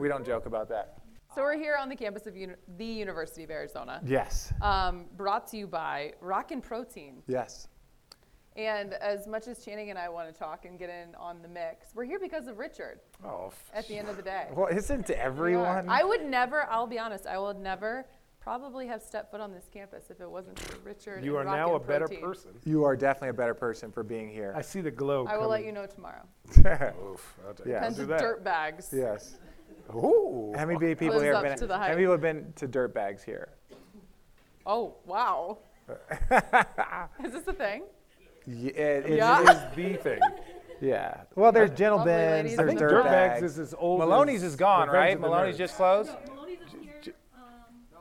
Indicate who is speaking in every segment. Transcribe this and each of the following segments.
Speaker 1: We don't joke about that.
Speaker 2: So we're here on the campus of uni- the University of Arizona,
Speaker 1: Yes.
Speaker 2: um, brought to you by Rockin' Protein.
Speaker 1: Yes.
Speaker 2: And as much as Channing and I want to talk and get in on the mix, we're here because of Richard.
Speaker 1: Oh. f-
Speaker 2: At the end of the day,
Speaker 1: Well, isn't
Speaker 2: We are.
Speaker 1: everyone?
Speaker 2: I would never. I'll be honest. I would never probably have stepped foot on this campus if it wasn't for Richard.
Speaker 3: You are
Speaker 2: and
Speaker 3: now a
Speaker 2: Rockin'
Speaker 3: better
Speaker 2: Protein.
Speaker 3: person.
Speaker 1: You are definitely a better person for being here.
Speaker 3: I see the glow.
Speaker 2: I will let
Speaker 3: coming.
Speaker 2: you know tomorrow.
Speaker 3: Oof, I'll take
Speaker 1: Yeah.
Speaker 3: it.
Speaker 2: Tons
Speaker 3: do
Speaker 2: of
Speaker 3: that.
Speaker 2: dirt bags.
Speaker 1: yes.
Speaker 3: Ooh.
Speaker 1: How many people
Speaker 2: Lives
Speaker 1: here
Speaker 2: up
Speaker 1: have been?
Speaker 2: to the
Speaker 1: how
Speaker 2: hype.
Speaker 1: many people have been to dirt bags here?
Speaker 2: Oh wow. Is this a thing?
Speaker 1: Yeah. it- it
Speaker 2: Yeah.
Speaker 1: is-
Speaker 3: This is the thing.
Speaker 1: yeah. Well, there's gentle
Speaker 2: Lovely
Speaker 1: bins.
Speaker 2: ladies
Speaker 1: There's
Speaker 3: I think
Speaker 2: Dirt
Speaker 3: Dirtbags
Speaker 1: bags.
Speaker 3: is as old.
Speaker 1: Maloney's
Speaker 3: as
Speaker 1: is gone,
Speaker 3: Revenge
Speaker 1: right?
Speaker 3: of the
Speaker 1: Maloney's
Speaker 3: Nerds.
Speaker 1: just closed.
Speaker 4: Maloney's is here. um, No,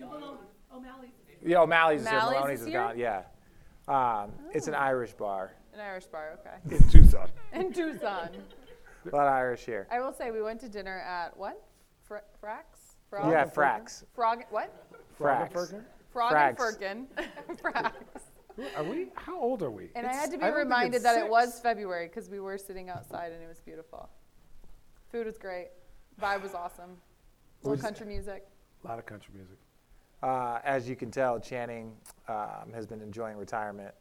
Speaker 4: Maloney's. O'Malley's is here.
Speaker 1: Yeah, O'Malley's, is here.
Speaker 2: Mally's
Speaker 1: Maloney's
Speaker 2: is
Speaker 1: is,
Speaker 2: here? Oh.
Speaker 1: gone. Yeah. Um, It's an Irish bar.
Speaker 2: An Irish bar, okay.
Speaker 3: in Tucson.
Speaker 2: In Tucson.
Speaker 1: A lot of Irish here.
Speaker 2: I will say we went to dinner at what? Fra- Frax? Frog?
Speaker 1: Yeah, Frax.
Speaker 2: Frog? What?
Speaker 1: Frax.
Speaker 3: Fragenfurter?
Speaker 2: Frog
Speaker 1: Frax.
Speaker 2: and Firkin. Frax.
Speaker 3: Are we? How old are we?
Speaker 2: And I
Speaker 3: It's-
Speaker 2: had to be
Speaker 3: don't think
Speaker 2: reminded
Speaker 3: it's
Speaker 2: that it
Speaker 3: six.
Speaker 2: was February because we were sitting outside and it was beautiful. Food was great. Vibe was awesome. Little country music.
Speaker 3: A lot of country music.
Speaker 1: Uh, as you can tell, Channing um, has been enjoying retirement.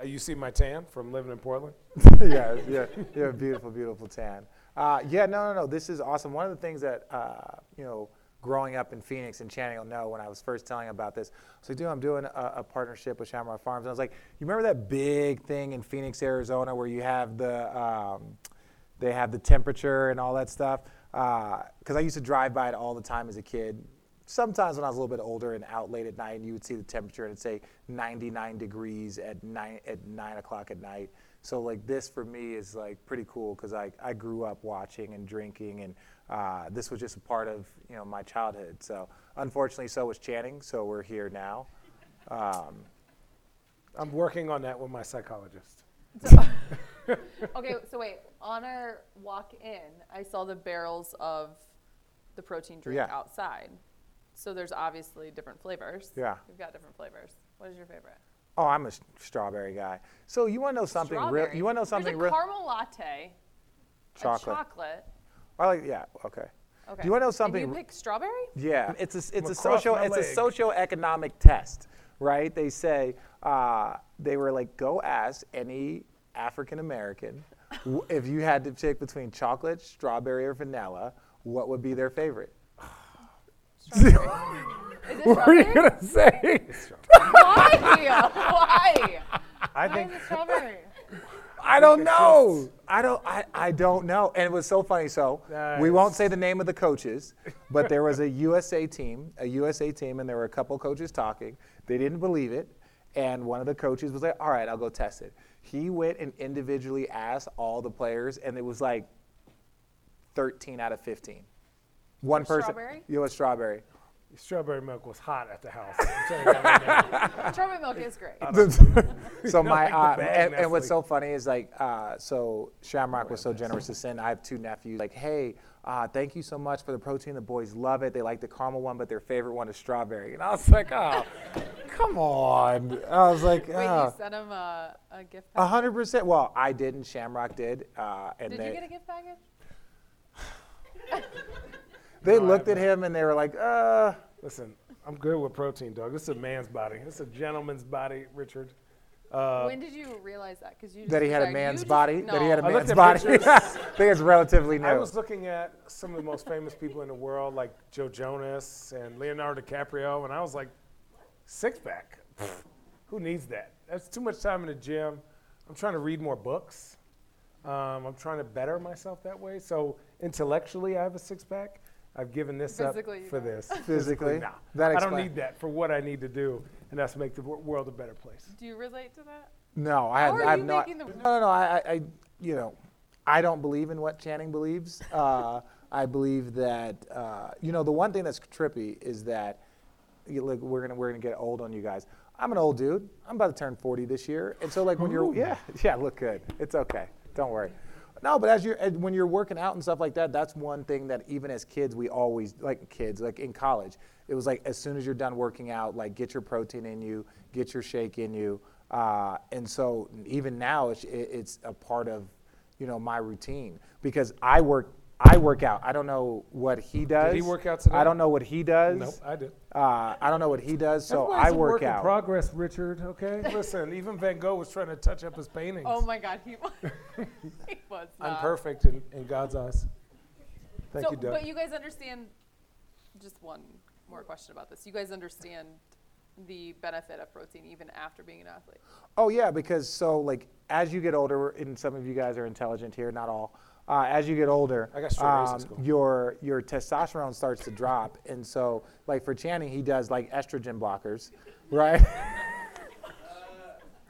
Speaker 3: Uh, you see my tan from living in Portland?
Speaker 1: yeah, yeah, yeah, beautiful, beautiful tan. Uh, yeah, no, no, no. This is awesome. One of the things that uh, you know, growing up in Phoenix and Channing will know when I was first telling him about this. So, dude, I'm doing a, a partnership with Shamrock Farms. And I was like, you remember that big thing in Phoenix, Arizona, where you have the um, they have the temperature and all that stuff. Because I used to drive by it all the time as a kid. Sometimes when I was a little bit older and out late at night, and you would see the temperature and it'd say 99 degrees at nine at nine o'clock at night. So like this for me is like pretty cool because I I grew up watching and drinking, and uh, this was just a part of you know my childhood. So unfortunately, so was Channing. So we're here now.
Speaker 3: I'm working on that with my psychologist.
Speaker 2: Okay, so wait. On our walk in, I saw the barrels of the protein drink
Speaker 1: Yeah.
Speaker 2: outside. So there's obviously different flavors.
Speaker 1: Yeah.
Speaker 2: We've got different flavors. What is your favorite?
Speaker 1: Oh, I'm a s- strawberry guy. So you want to know something real?
Speaker 2: Strawberry.
Speaker 1: You want to know something
Speaker 2: there's a
Speaker 1: real?
Speaker 2: caramel latte, a
Speaker 1: Chocolate.
Speaker 2: chocolate.
Speaker 1: I like yeah. Okay.
Speaker 2: Okay.
Speaker 1: Do you want to know
Speaker 2: And
Speaker 1: something?
Speaker 2: you
Speaker 1: r-
Speaker 2: pick strawberry?
Speaker 1: Yeah, it's a s- it's a
Speaker 3: gonna cross
Speaker 1: social
Speaker 3: my
Speaker 1: it's a
Speaker 3: leg.
Speaker 1: socioeconomic test, right? They say uh, they were like go ask any African American w- if you had to pick between chocolate, strawberry, or vanilla, what would be their favorite?
Speaker 2: Is it strawberry?
Speaker 1: gonna say?
Speaker 2: Why? Why?
Speaker 3: I
Speaker 2: Why
Speaker 3: think
Speaker 2: is it strawberry?
Speaker 1: I don't
Speaker 3: it
Speaker 1: know. I don't. I, I don't know. And it was so funny. So we won't
Speaker 3: Nice.
Speaker 1: say the name of the coaches, but there was a USA team, a USA team, and there were a couple coaches talking. They didn't believe it, and one of the coaches was like, "All right, I'll go test it." He went and individually asked all the players, and it was like 13 out of 15. One person.
Speaker 2: strawberry?
Speaker 1: You know, strawberry.
Speaker 3: strawberry milk was hot at the house. I'm telling you that right now.
Speaker 2: strawberry milk is great.
Speaker 1: Um, so my
Speaker 3: like the
Speaker 1: uh,
Speaker 3: bag
Speaker 1: and, and what's so
Speaker 3: Nestle.
Speaker 1: funny is like uh, so Shamrock was so generous to send. I have two nephews. Like, hey, uh, thank you so much for the protein. The boys love it. They like the caramel one, but their favorite one is strawberry. And I was like, oh, come on. I was like,
Speaker 2: Wait,
Speaker 1: oh.
Speaker 2: you sent him a, a gift package.
Speaker 1: hundred percent. Well, I didn't. Shamrock did, uh, and
Speaker 2: Did
Speaker 1: they
Speaker 2: you get a gift package?
Speaker 1: they looked at him and they were like, uh,
Speaker 3: Listen, I'm good with protein, dog. This is a man's body. This is a gentleman's body, Richard. Uh,
Speaker 2: when did you realize that? Because you just
Speaker 1: that he had a
Speaker 2: declared- you
Speaker 1: man's
Speaker 2: just-
Speaker 1: body. That he had a
Speaker 2: no.
Speaker 3: I looked
Speaker 1: man's body.
Speaker 3: at pictures.
Speaker 1: I think it's relatively new.
Speaker 3: I was looking at some of the most famous people in the world, like Joe Jonas and Leonardo DiCaprio, and I was like, six pack? Pfft, Who needs that? That's too much time in the gym. I'm trying to read more books. Um, I'm trying to better myself that way. So intellectually, I have a six pack. I've given this
Speaker 2: Physically, you
Speaker 3: up for
Speaker 2: don't.
Speaker 3: this.
Speaker 1: Physically?
Speaker 3: nah.
Speaker 1: That
Speaker 3: I don't
Speaker 1: explain-
Speaker 3: need that for what I need to do, and that's make the wor- world a better place.
Speaker 2: Do you relate to that?
Speaker 1: No, I have,
Speaker 2: are
Speaker 1: I have
Speaker 2: you
Speaker 1: not.
Speaker 2: making the-
Speaker 1: no, no, no. I, I, I, you know, I don't believe in what Channing believes. Uh, I believe that, uh, you know, the one thing that's trippy is that, you, look, we're gonna we're gonna get old on you guys. I'm an old dude. I'm about to turn 40 this year, and so like when you're yeah yeah look good. It's okay. Don't worry. No, but as you're as- when you're working out and stuff like that, that's one thing that even as kids we always like kids like in college. It was like as soon as you're done working out, like get your protein in you, get your shake in you, uh, and so even now it's it, it's a part of you know my routine because I work I work out. I don't know what he does.
Speaker 3: he work out today?
Speaker 1: I don't know what he does.
Speaker 3: Nope, I did.
Speaker 1: Uh, I don't know what he does, so
Speaker 3: Everybody's
Speaker 1: I
Speaker 3: a
Speaker 1: work
Speaker 3: work in
Speaker 1: out.
Speaker 3: progress, Richard. Okay, listen. Even Van Gogh was trying to touch up his paintings.
Speaker 2: Oh my God, he was. he was
Speaker 3: I'm
Speaker 2: not.
Speaker 3: perfect in, in God's eyes. Thank
Speaker 2: Uh, so,
Speaker 3: you, Doug.
Speaker 2: but you guys understand. Just one more question about this. You guys understand the benefit of protein even after being an athlete.
Speaker 1: Oh yeah, because so like as you get older, and some of you guys are intelligent here, not all. Uh, as you get older, um,
Speaker 3: I got straight A's in school.
Speaker 1: your your testosterone starts to drop, and so like for Channing, he does like estrogen blockers, right?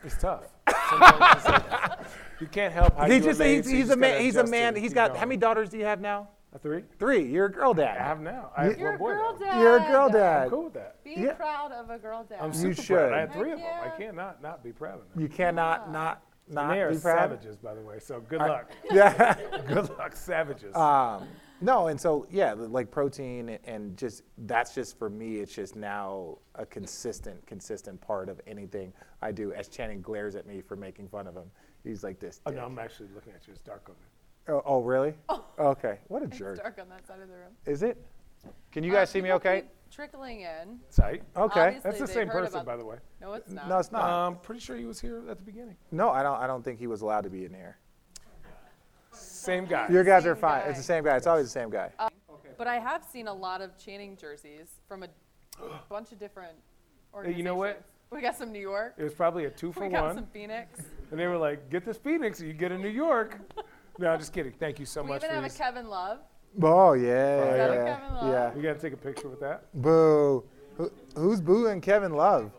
Speaker 3: It's tough. Sometimes it's like- you can't help how
Speaker 1: he
Speaker 3: you
Speaker 1: just
Speaker 3: relate,
Speaker 1: he's,
Speaker 3: so you
Speaker 1: he's
Speaker 3: just
Speaker 1: a man.
Speaker 3: gotta
Speaker 1: He's a
Speaker 3: adjust
Speaker 1: man.
Speaker 3: it and
Speaker 1: He's
Speaker 3: keep
Speaker 1: got
Speaker 3: going.
Speaker 1: how many daughters do you have now?
Speaker 3: A three?
Speaker 1: Three. You're a girl
Speaker 3: I
Speaker 1: dad.
Speaker 3: have now. I have
Speaker 2: You're
Speaker 3: one
Speaker 2: a
Speaker 3: boy.
Speaker 2: girl
Speaker 3: now.
Speaker 2: dad.
Speaker 1: You're a girl
Speaker 3: I'm
Speaker 1: dad.
Speaker 3: cool with that.
Speaker 2: Be
Speaker 1: Yeah.
Speaker 2: proud of a girl dad.
Speaker 3: I'm
Speaker 1: You
Speaker 3: super proud.
Speaker 1: should.
Speaker 3: I had three of them. I
Speaker 2: Heck yeah.
Speaker 3: cannot not be proud of them.
Speaker 1: You cannot not not
Speaker 3: they are
Speaker 1: be proud.
Speaker 3: savages, by the way. So good luck.
Speaker 1: Yeah.
Speaker 3: good luck, savages.
Speaker 1: Um, no, and so yeah, the- like protein and just that's just for me. It's just now a consistent, consistent part of anything I do. As Channing glares at me for making fun of him, he's like this.
Speaker 3: oh,
Speaker 1: dick.
Speaker 3: no, I'm actually looking at you. It's dark over there.
Speaker 1: Oh, oh, really? Okay. What a jerk.
Speaker 2: It's dark on that side of the room.
Speaker 1: Is it? Can you
Speaker 2: Uh,
Speaker 1: guys see me?
Speaker 2: people
Speaker 1: Okay.
Speaker 2: keep Trickling in.
Speaker 3: Tight.
Speaker 1: Okay. Uh,
Speaker 2: Obviously-
Speaker 3: Oh, That's the
Speaker 2: they've
Speaker 3: same
Speaker 2: heard
Speaker 3: person,
Speaker 2: about-
Speaker 3: by the way.
Speaker 2: No, it's not.
Speaker 1: No, it's not.
Speaker 3: Um, pretty sure he was here at the beginning.
Speaker 1: No, I don't. I don't think he was allowed to be in here.
Speaker 3: Same guy.
Speaker 1: Your guys are
Speaker 2: same
Speaker 1: fine. It's
Speaker 2: guy.
Speaker 1: the same guy. It's always the same guy.
Speaker 2: Oh. But I have seen a lot of Channing jerseys from a bunch of different organizations.
Speaker 3: you know what?
Speaker 2: We got some New York.
Speaker 3: It was probably a two for
Speaker 2: We got
Speaker 3: one.
Speaker 2: some Phoenix.
Speaker 3: And they were like, get this Phoenix, or you get a New York. no, just kidding. Thank you so
Speaker 2: We
Speaker 3: much
Speaker 2: even
Speaker 3: for
Speaker 2: have a
Speaker 3: these.
Speaker 2: Kevin Love.
Speaker 1: Oh yeah.
Speaker 3: Is that a
Speaker 1: yeah,
Speaker 2: Kevin Love?
Speaker 1: yeah.
Speaker 3: We got to take a picture with that.
Speaker 1: Boo. Who, who's booing Kevin Love?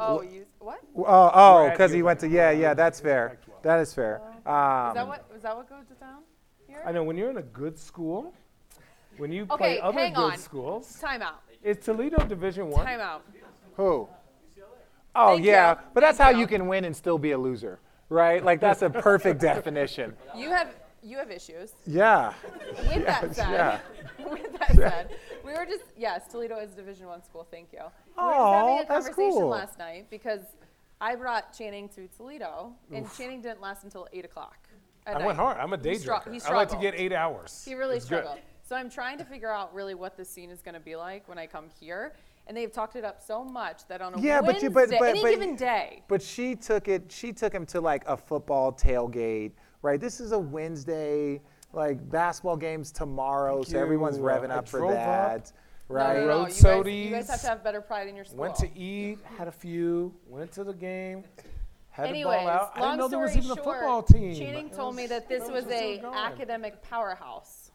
Speaker 2: Oh, you what? Is
Speaker 1: Oh, oh,
Speaker 3: Brad,
Speaker 1: because he
Speaker 3: you're
Speaker 1: went to yeah, yeah. That's fair.
Speaker 3: Act well.
Speaker 1: That is fair.
Speaker 2: that
Speaker 1: Um,
Speaker 2: what? Is that what goes down here?
Speaker 3: I know when you're in a good school, when you play
Speaker 2: Okay,
Speaker 3: other
Speaker 2: hang
Speaker 3: good
Speaker 2: on.
Speaker 3: schools,
Speaker 2: Time out.
Speaker 3: is Toledo Division One?
Speaker 2: Time out.
Speaker 1: who? Oh
Speaker 2: Thank
Speaker 1: yeah,
Speaker 2: you.
Speaker 1: but that's
Speaker 2: Thank
Speaker 1: how
Speaker 2: you.
Speaker 1: you can win and still be a loser, right? Like that's a perfect definition.
Speaker 2: You have you have issues.
Speaker 1: Yeah.
Speaker 2: With that said,
Speaker 1: yeah.
Speaker 2: with that said, we were just yes, Toledo is a Division One school. Thank you. We were just having
Speaker 1: Aw,
Speaker 2: a
Speaker 1: that's
Speaker 2: conversation
Speaker 1: cool.
Speaker 2: last night because I brought Channing to Toledo, and Channing didn't last until eight o'clock. at
Speaker 3: I went
Speaker 2: night.
Speaker 3: hard. I'm a day
Speaker 2: He strugg-
Speaker 3: drinker.
Speaker 2: he
Speaker 3: I like to
Speaker 2: struggled.
Speaker 3: get eight hours.
Speaker 2: He really
Speaker 3: It's good.
Speaker 2: struggled. So I'm trying to figure out really what the scene is going to be like when I come here, and they've talked it up so much that on a
Speaker 1: Yeah, but
Speaker 2: Wednesday,
Speaker 1: you- but- but-
Speaker 2: any
Speaker 1: but-
Speaker 2: given day,
Speaker 1: But she took it. She took him to like a football tailgate, right? This is a Wednesday. Like basketball games tomorrow, so everyone's
Speaker 3: you.
Speaker 1: revving
Speaker 3: I
Speaker 1: up for
Speaker 3: drove up.
Speaker 1: that, right?
Speaker 2: no, no, no,
Speaker 3: Road
Speaker 2: you, guys, you guys
Speaker 3: sodies.
Speaker 2: have to have better pride in your school.
Speaker 3: Went to eat, had a few, went to the game, had
Speaker 2: Anyways,
Speaker 3: the ball out. I
Speaker 2: long
Speaker 3: didn't know there was
Speaker 2: story
Speaker 3: even a
Speaker 2: short,
Speaker 3: football team.
Speaker 2: Channing
Speaker 3: It
Speaker 2: told me that this
Speaker 3: that
Speaker 2: was
Speaker 3: was just where
Speaker 2: a
Speaker 3: we're going.
Speaker 2: academic powerhouse.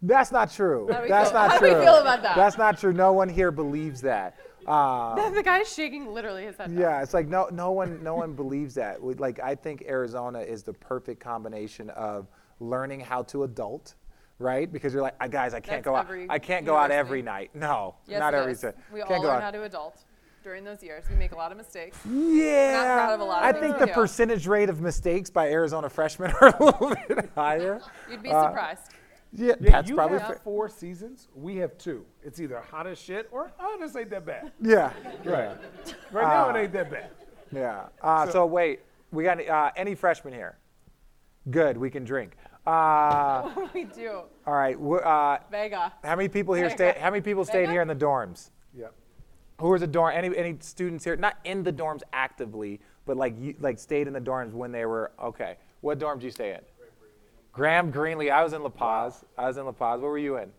Speaker 1: That's not true.
Speaker 2: do we
Speaker 1: That's
Speaker 2: feel-
Speaker 1: not
Speaker 2: how do
Speaker 1: true.
Speaker 2: we feel about that?
Speaker 1: That's not true. No one here believes that. Um,
Speaker 2: the guy's shaking literally his head.
Speaker 1: Yeah, it's like no, no one, no one believes that. We- Like I think Arizona is the perfect combination of learning how to adult, right? Because you're like, "Ah, guys, I can't
Speaker 2: That's
Speaker 1: go out.
Speaker 2: every
Speaker 1: I can't go out
Speaker 2: university.
Speaker 1: every night. No,
Speaker 2: Yes,
Speaker 1: not
Speaker 2: it
Speaker 1: every.
Speaker 2: is.
Speaker 1: si-
Speaker 2: We
Speaker 1: can't
Speaker 2: all
Speaker 1: go
Speaker 2: learn
Speaker 1: out.
Speaker 2: how to adult during those years. We make a lot of mistakes.
Speaker 1: Yeah,
Speaker 2: proud of a lot of
Speaker 1: I
Speaker 2: things
Speaker 1: think
Speaker 2: we
Speaker 1: the
Speaker 2: do.
Speaker 1: percentage rate of mistakes by Arizona freshmen are a little bit higher.
Speaker 2: You'd
Speaker 3: Uh,
Speaker 2: be surprised.
Speaker 1: Yeah,
Speaker 3: Yeah,
Speaker 1: that's
Speaker 3: you
Speaker 1: probably.
Speaker 3: have
Speaker 1: fair.
Speaker 3: four seasons. We have two. It's either hot as shit or oh, this ain't that bad.
Speaker 1: Yeah,
Speaker 3: Right. Right now, it ain't that bad.
Speaker 1: yeah. Uh, so, wait, we got any- uh, any freshmen here? Good, we can drink. Uh,
Speaker 2: we do.
Speaker 1: all right. we're, Uh,
Speaker 2: Vega.
Speaker 1: How many people here
Speaker 2: Okay.
Speaker 1: stay? How many people stayed
Speaker 2: Becca?
Speaker 1: here in the dorms?
Speaker 3: Yep.
Speaker 1: Who was the dorm? Any any students here? Not in the dorms actively, but like you, like stayed in the dorms when they were okay. What dorm did you stay in? Graham Greenlee. I was in La Paz. I was in La Paz. What were you in?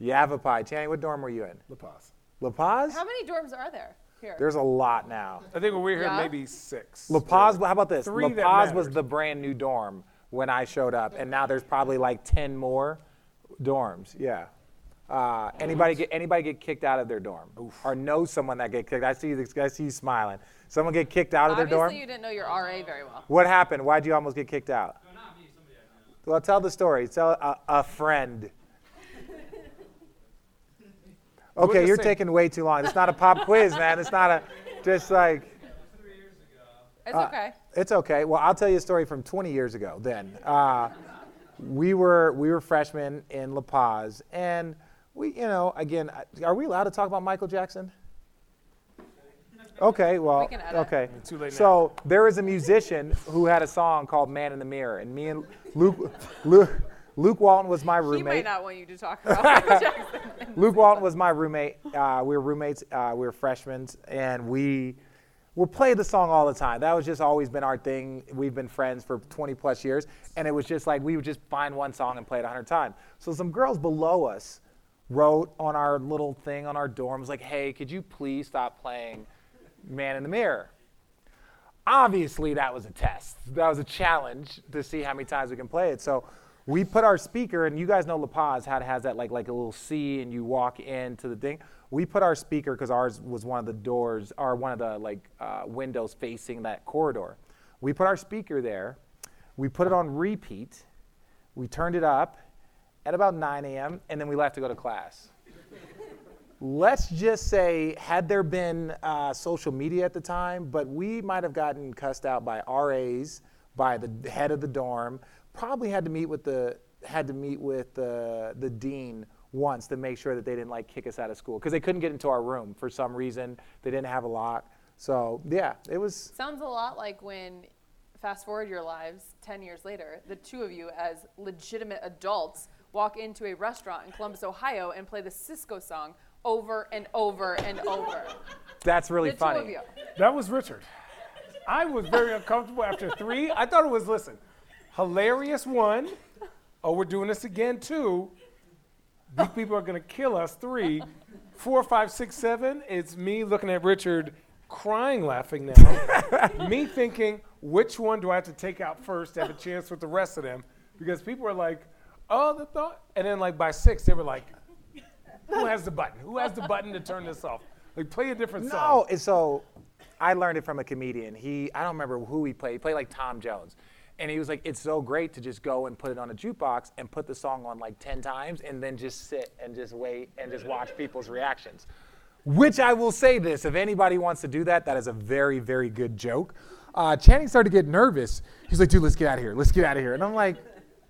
Speaker 1: Yavapai. Channing, what dorm were you in?
Speaker 3: The pause.
Speaker 1: La Paz.
Speaker 2: How many dorms are there here?
Speaker 1: There's a lot now.
Speaker 3: I think when we were here,
Speaker 2: Yeah.
Speaker 3: maybe six.
Speaker 1: La Paz. How about this?
Speaker 3: Three
Speaker 1: La
Speaker 3: that
Speaker 1: Paz was
Speaker 3: mattered.
Speaker 1: the brand new dorm when I showed up, and now there's probably like ten more dorms. Yeah. Uh, anybody get anybody get kicked out of their dorm, or know someone that get kicked? I see this. I see you smiling. Someone get kicked out of their
Speaker 2: Obviously,
Speaker 1: dorm.
Speaker 2: you didn't know your RA very well.
Speaker 1: What happened? Why'd you almost get kicked out? Well, tell the story. Tell a, a friend. Okay,
Speaker 3: just
Speaker 1: you're
Speaker 3: say-
Speaker 1: taking way too long. It's not a pop quiz, man. It's not a just like.
Speaker 2: It's
Speaker 3: Uh,
Speaker 2: okay.
Speaker 1: It's okay. Well, I'll tell you a story from 20 years ago. Then uh, we were we were freshmen in La Paz, and we, you know, again, I- are we allowed to talk about Michael Jackson? Okay, well,
Speaker 2: can edit.
Speaker 1: okay.
Speaker 3: Too late now.
Speaker 1: So there is a musician who had a song called "Man in the Mirror," and me and Luke, Luke, Luke Walton was my
Speaker 2: He might
Speaker 1: roommate.
Speaker 2: not want you to talk about Michael Jackson.
Speaker 1: Luke Walton was my roommate. Uh, we were roommates. Uh, we were freshmen, and we we played the song all the time. That was just always been our thing. We've been friends for 20 plus years, and it was just like we would just find one song and play it 100 times. So some girls below us wrote on our little thing on our dorms like, "Hey, could you please stop playing Man in the Mirror?" obviously that was a test. That was a challenge to see how many times we can play it. So we put our speaker, and you guys know La Paz, how it has that like like a little C, and you walk into the thing. We put our speaker because ours was one of the doors, or one of the like uh, windows facing that corridor. We put our speaker there. We put it on repeat. We turned it up at about 9 a.m. and then we left to go to class let's just say, had there been uh, social media at the time, but we might have gotten cussed out by RAs, by the head of the dorm. Probably had to meet with the had to meet with the the dean once to make sure that they didn't like kick us out of school because they couldn't get into our room for some reason. They didn't have a lock. So yeah, it was
Speaker 2: Sounds a lot like when fast forward your lives 10 years later, the two of you as legitimate adults walk into a restaurant in Columbus, Ohio and play the Cisco song over and over and over.
Speaker 1: that's really
Speaker 2: the two
Speaker 1: funny.
Speaker 2: of you.
Speaker 3: That was Richard. I was very uncomfortable after three. I thought it was, listen, hilarious one. Oh, we're doing this again, two. These people are going to kill us, three. Four, five, six, seven. It's me looking at Richard crying, laughing now. me thinking, which one do I have to take out first to have a chance with the rest of them? Because people are like, oh, the thought. And then, like, by six, they were like, who has the button? Who has the button to turn this off? Like, play a different song.
Speaker 1: No, and so I learned it from a comedian. He I don't remember who he played. He played like Tom Jones. And he was like, it's so great to just go and put it on a jukebox and put the song on like 10 times and then just sit and just wait and just watch people's reactions. Which I will say this if anybody wants to do that, that is a very, very good joke. Uh, Channing started to get nervous. He's like, dude, let's get out of here. Let's get out of here. And I'm like,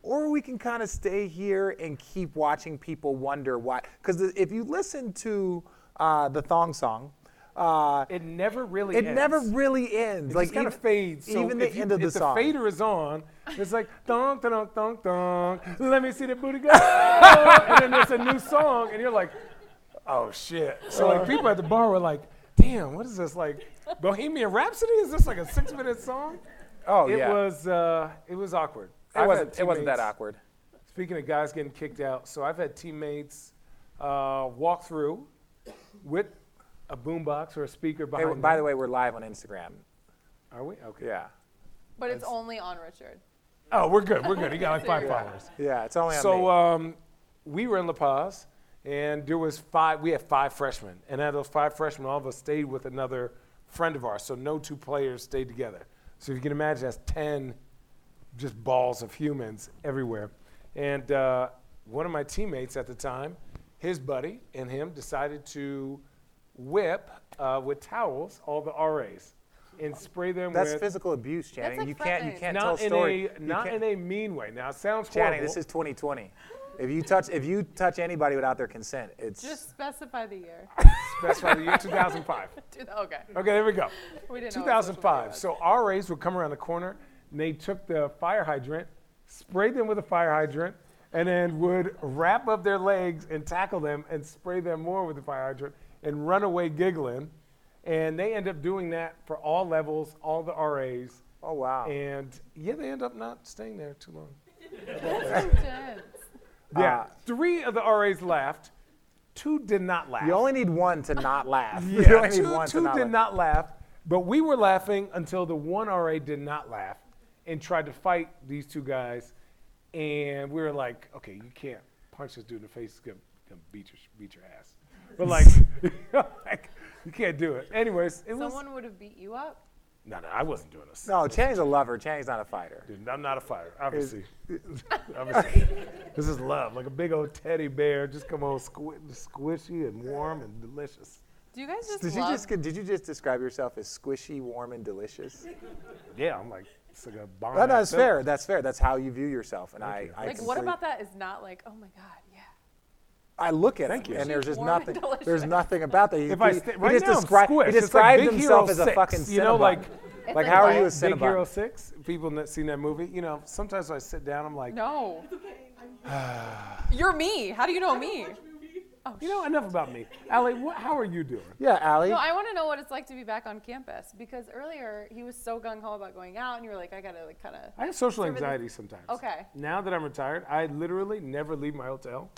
Speaker 1: or we can kind of stay here and keep watching people wonder why. Because if you listen to uh, the Thong Song, uh,
Speaker 3: It never really.
Speaker 1: it never
Speaker 3: ends.
Speaker 1: really ends.
Speaker 3: It
Speaker 1: like
Speaker 3: just kind of
Speaker 1: even-
Speaker 3: fades. So
Speaker 1: even the
Speaker 3: if you-
Speaker 1: end of the
Speaker 3: if
Speaker 1: song.
Speaker 3: the fader is on, it's like dong dong dong dong. Let me see the booty go. and then there's a new song, and you're like, oh shit. So like people at the bar were like, damn, what is this like? Bohemian Rhapsody? Is this like a six minute song?
Speaker 1: oh
Speaker 3: It
Speaker 1: yeah.
Speaker 3: was. Uh, it was awkward.
Speaker 1: It
Speaker 3: I've
Speaker 1: wasn't.
Speaker 3: had
Speaker 1: It wasn't that
Speaker 3: teammates-
Speaker 1: awkward.
Speaker 3: Speaking of guys getting kicked out, so I've had teammates uh, walk through with a boombox or a speaker
Speaker 1: Hey,
Speaker 3: behind.
Speaker 1: by the
Speaker 3: them.
Speaker 1: way, we're live on Instagram.
Speaker 3: are we okay?
Speaker 1: Yeah.
Speaker 2: But it's only on Richard.
Speaker 3: Oh, we're good. We're good. He got like five followers.
Speaker 1: Yeah. It's only on
Speaker 3: So
Speaker 1: me.
Speaker 3: um, we were in La Paz, and there was five. We had five freshmen, and out of those five freshmen, all of us stayed with another friend of ours. So no two players stayed together. So if you can imagine, that's ten just balls of humans everywhere. And uh, one of my teammates at the time, his buddy and him decided to whip uh, with towels all the RAs and spray them
Speaker 1: that's
Speaker 3: with.
Speaker 1: physical abuse, Channing.
Speaker 2: like
Speaker 1: you can't. You
Speaker 2: threatening.
Speaker 1: can't tell
Speaker 3: Not in,
Speaker 1: story.
Speaker 3: a,
Speaker 1: you
Speaker 3: not
Speaker 1: can't-
Speaker 3: in a mean way. Now, it sounds horrible.
Speaker 1: Channing, this is 2020. If you touch, if you touch anybody without their consent, it's
Speaker 2: Just specify the year.
Speaker 3: That's right, the year 2005.
Speaker 2: Dude, okay.
Speaker 3: Okay, there we go.
Speaker 2: We didn't know what social media
Speaker 3: 2005.
Speaker 2: was.
Speaker 3: So RAs would come around the corner, and they took the fire hydrant, sprayed them with a fire hydrant, and then would wrap up their legs and tackle them and spray them more with the fire hydrant and run away giggling. And they end up doing that for all levels, all the RAs.
Speaker 1: Oh wow.
Speaker 3: And yeah, they end up not staying there too long.
Speaker 2: Intense.
Speaker 3: Yeah.
Speaker 1: Uh,
Speaker 3: Three of the RAs laughed, two did not laugh.
Speaker 1: you only need one to not laugh.
Speaker 3: Yeah,
Speaker 1: you only
Speaker 3: two,
Speaker 1: need one
Speaker 3: two
Speaker 1: to not
Speaker 3: did
Speaker 1: laugh.
Speaker 3: not laugh, but we were laughing until the one RA did not laugh and tried to fight these two guys, and we were like, okay, you can't punch this dude in the face. He's gonna, gonna beat your beat your ass. But like, like, you can't do it. Anyways, it was
Speaker 2: Someone would have beat you up.
Speaker 3: no, no, I wasn't doing this.
Speaker 1: No, Channing's a lover. Channing's not a fighter.
Speaker 3: Dude, I'm not a fighter, obviously. obviously. this is love, like a big old teddy bear, just come on squi- squishy and warm and delicious.
Speaker 2: Do you guys just
Speaker 1: Did you
Speaker 2: love
Speaker 1: just did you just describe yourself as squishy, warm, and delicious?
Speaker 3: Yeah, I'm like, it's like a bomb.
Speaker 1: No, no, that's
Speaker 3: Phillips.
Speaker 1: fair. That's fair. That's how you view yourself, and I, I.
Speaker 2: like what
Speaker 1: complete-
Speaker 2: about that is not like, oh my god, yeah.
Speaker 1: I look at Thank
Speaker 3: you.
Speaker 1: and there's just
Speaker 2: Warm and
Speaker 1: nothing.
Speaker 2: delicious.
Speaker 1: There's nothing about that. He,
Speaker 3: If I
Speaker 1: he-
Speaker 3: sta-
Speaker 1: he
Speaker 3: right
Speaker 1: just
Speaker 3: now I'm
Speaker 1: described,
Speaker 3: squished.
Speaker 1: he
Speaker 3: It's like
Speaker 1: described
Speaker 3: Big
Speaker 1: himself
Speaker 3: Hero
Speaker 1: as a
Speaker 3: 6,
Speaker 1: fucking
Speaker 3: you know,
Speaker 1: Cinnabon.
Speaker 3: like-
Speaker 2: It's
Speaker 1: Like,
Speaker 2: like
Speaker 1: how are you a
Speaker 2: what?
Speaker 1: Cinnabon?
Speaker 3: Big Hero Six. People that seen that movie, you know, sometimes when I sit down, I'm like,
Speaker 2: No.
Speaker 4: Okay, I'm
Speaker 2: You're me. How do you know me?
Speaker 4: watch movie.
Speaker 3: you know, enough about me. Allie, what, how are you doing?
Speaker 1: Yeah, Allie.
Speaker 2: No, I want to know what it's like to be back on campus because earlier he was so gung ho about going out, and you were like, I gotta like kind of.
Speaker 3: I have social
Speaker 2: Sort of an-
Speaker 3: anxiety sometimes.
Speaker 2: Okay.
Speaker 3: Now that I'm retired, I literally never leave my hotel.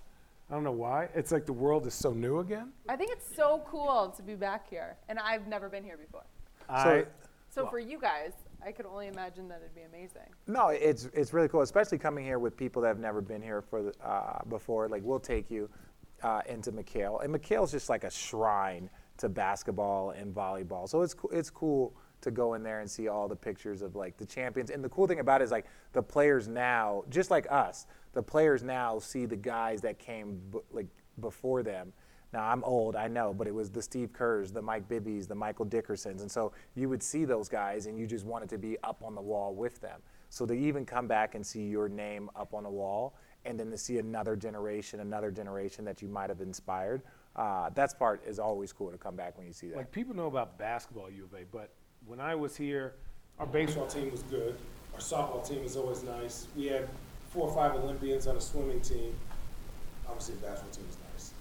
Speaker 3: I don't know why. It's like the world is so new again.
Speaker 2: I think it's so cool to be back here, and I've never been here before.
Speaker 3: I,
Speaker 2: So for you guys, I could only imagine that it'd be amazing.
Speaker 1: No, it's it's really cool, especially coming here with people that have never been here for the, uh, before. Like we'll take you uh, into McHale, and McHale's just like a shrine to basketball and volleyball. So it's coo- it's cool to go in there and see all the pictures of like the champions. And the cool thing about it is like the players now, just like us, the players now see the guys that came b- like before them. Now I'm old, I know, but it was the Steve Kerrs, the Mike Bibbies, the Michael Dickersons, and so you would see those guys, and you just wanted to be up on the wall with them. So to even come back and see your name up on a wall, and then to see another generation, another generation that you might have inspired, uh, that's part is always cool to come back when you see that.
Speaker 3: like people know about basketball at U of A, but when I was here, our baseball team was good. Our softball team was always nice. We had four or five Olympians on a swimming team. Obviously, the basketball team was nice.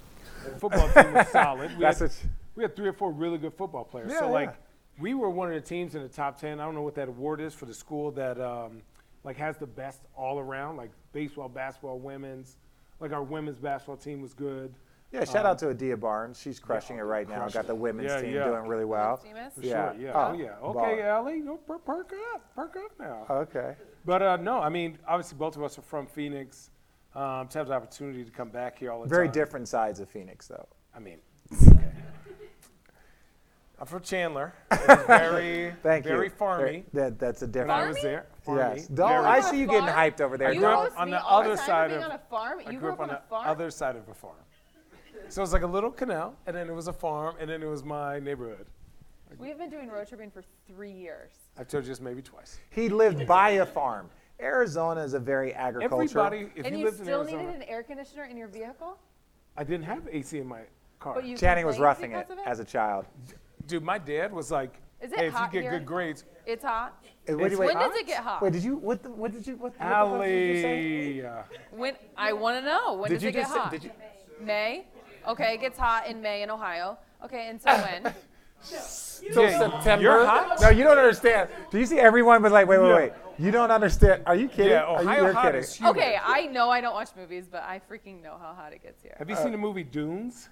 Speaker 3: The football team was solid. We,
Speaker 1: That's
Speaker 3: had,
Speaker 1: what you-
Speaker 3: we had three or four really good football players.
Speaker 1: Yeah,
Speaker 3: so
Speaker 1: yeah.
Speaker 3: like, we were one of the teams in the top ten. I don't know what that award is for the school that um, like has the best all around, like baseball, basketball, women's. Like our women's basketball team was good.
Speaker 1: yeah, shout out to Adia Barnes, she's crushing it right now.
Speaker 3: crushed
Speaker 1: Got the
Speaker 3: it.
Speaker 1: women's
Speaker 3: um, Yeah,
Speaker 1: team
Speaker 3: yeah.
Speaker 1: doing really well.
Speaker 2: Seamus? For
Speaker 1: Yeah,
Speaker 3: Sure, yeah.
Speaker 1: Oh,
Speaker 3: Oh, yeah.
Speaker 1: baller.
Speaker 3: Okay, Allie, you per- perk up, perk up now.
Speaker 1: Okay.
Speaker 3: But uh, no, I mean, obviously, both of us are from Phoenix. Um, to have the opportunity to come back here all the
Speaker 1: Very
Speaker 3: time.
Speaker 1: different sides of Phoenix, though.
Speaker 3: I mean, okay. I'm from Chandler. It's very,
Speaker 1: Thank you.
Speaker 3: very farmy.
Speaker 1: Very- That, that's a
Speaker 3: When
Speaker 1: different.
Speaker 3: I was
Speaker 2: Farmy?
Speaker 3: there, farmy.
Speaker 1: Yes. Don't,
Speaker 3: Very-
Speaker 1: I
Speaker 2: On a
Speaker 1: see you getting
Speaker 2: farm?
Speaker 1: hyped over there.
Speaker 2: you
Speaker 3: grew
Speaker 1: Don't-
Speaker 3: up
Speaker 2: roast
Speaker 3: on
Speaker 2: me
Speaker 3: the
Speaker 2: all
Speaker 3: other
Speaker 2: time for
Speaker 3: side
Speaker 2: being
Speaker 3: of-
Speaker 2: on a farm.
Speaker 3: I
Speaker 2: you
Speaker 3: grew up on
Speaker 2: a
Speaker 3: the
Speaker 2: farm.
Speaker 3: other side of a farm. So it was like a little canal, and then it was a farm, and then it was my neighborhood.
Speaker 2: We've been doing road tripping for three years.
Speaker 3: I've told you this maybe twice.
Speaker 1: He lived by a farm. Arizona is a very agricultural.
Speaker 3: Everybody, if
Speaker 2: and
Speaker 3: you
Speaker 2: you
Speaker 3: lived in
Speaker 2: still
Speaker 3: Arizona,
Speaker 2: needed an air conditioner in your vehicle?
Speaker 3: I didn't have AC in my car.
Speaker 2: But you
Speaker 1: Channing was
Speaker 2: complained
Speaker 1: roughing it
Speaker 2: because of
Speaker 1: as a child.
Speaker 3: Dude, my dad was like,
Speaker 2: Is it
Speaker 3: hey, if you
Speaker 2: hot
Speaker 3: get
Speaker 2: here?
Speaker 3: good grades,
Speaker 2: It's hot.
Speaker 1: Uh, wait,
Speaker 3: It's
Speaker 1: wait,
Speaker 2: when
Speaker 1: wait,
Speaker 2: does it get hot?
Speaker 1: wait, did you? What? The, what did you? What, what the fuck did you say?
Speaker 3: Allie.
Speaker 2: When I want to know when
Speaker 1: Did
Speaker 2: does
Speaker 1: you
Speaker 2: it get
Speaker 1: just say-
Speaker 2: hot?
Speaker 1: did you-
Speaker 2: May. Okay, it gets hot in May in Ohio. Okay, and so when?
Speaker 1: Till
Speaker 3: Yeah,
Speaker 1: September.
Speaker 3: you're hot?
Speaker 1: No, you don't understand. Do you see everyone was like, wait, wait,
Speaker 3: Yeah.
Speaker 1: wait? You don't understand. Are you kidding?
Speaker 3: Yeah,
Speaker 1: Are you,
Speaker 3: Ohio
Speaker 1: you're
Speaker 3: hot
Speaker 1: kidding.
Speaker 3: is huge.
Speaker 2: Okay, I know I don't watch movies, but I freaking know how hot it gets here.
Speaker 3: Have you seen the movie Dunes?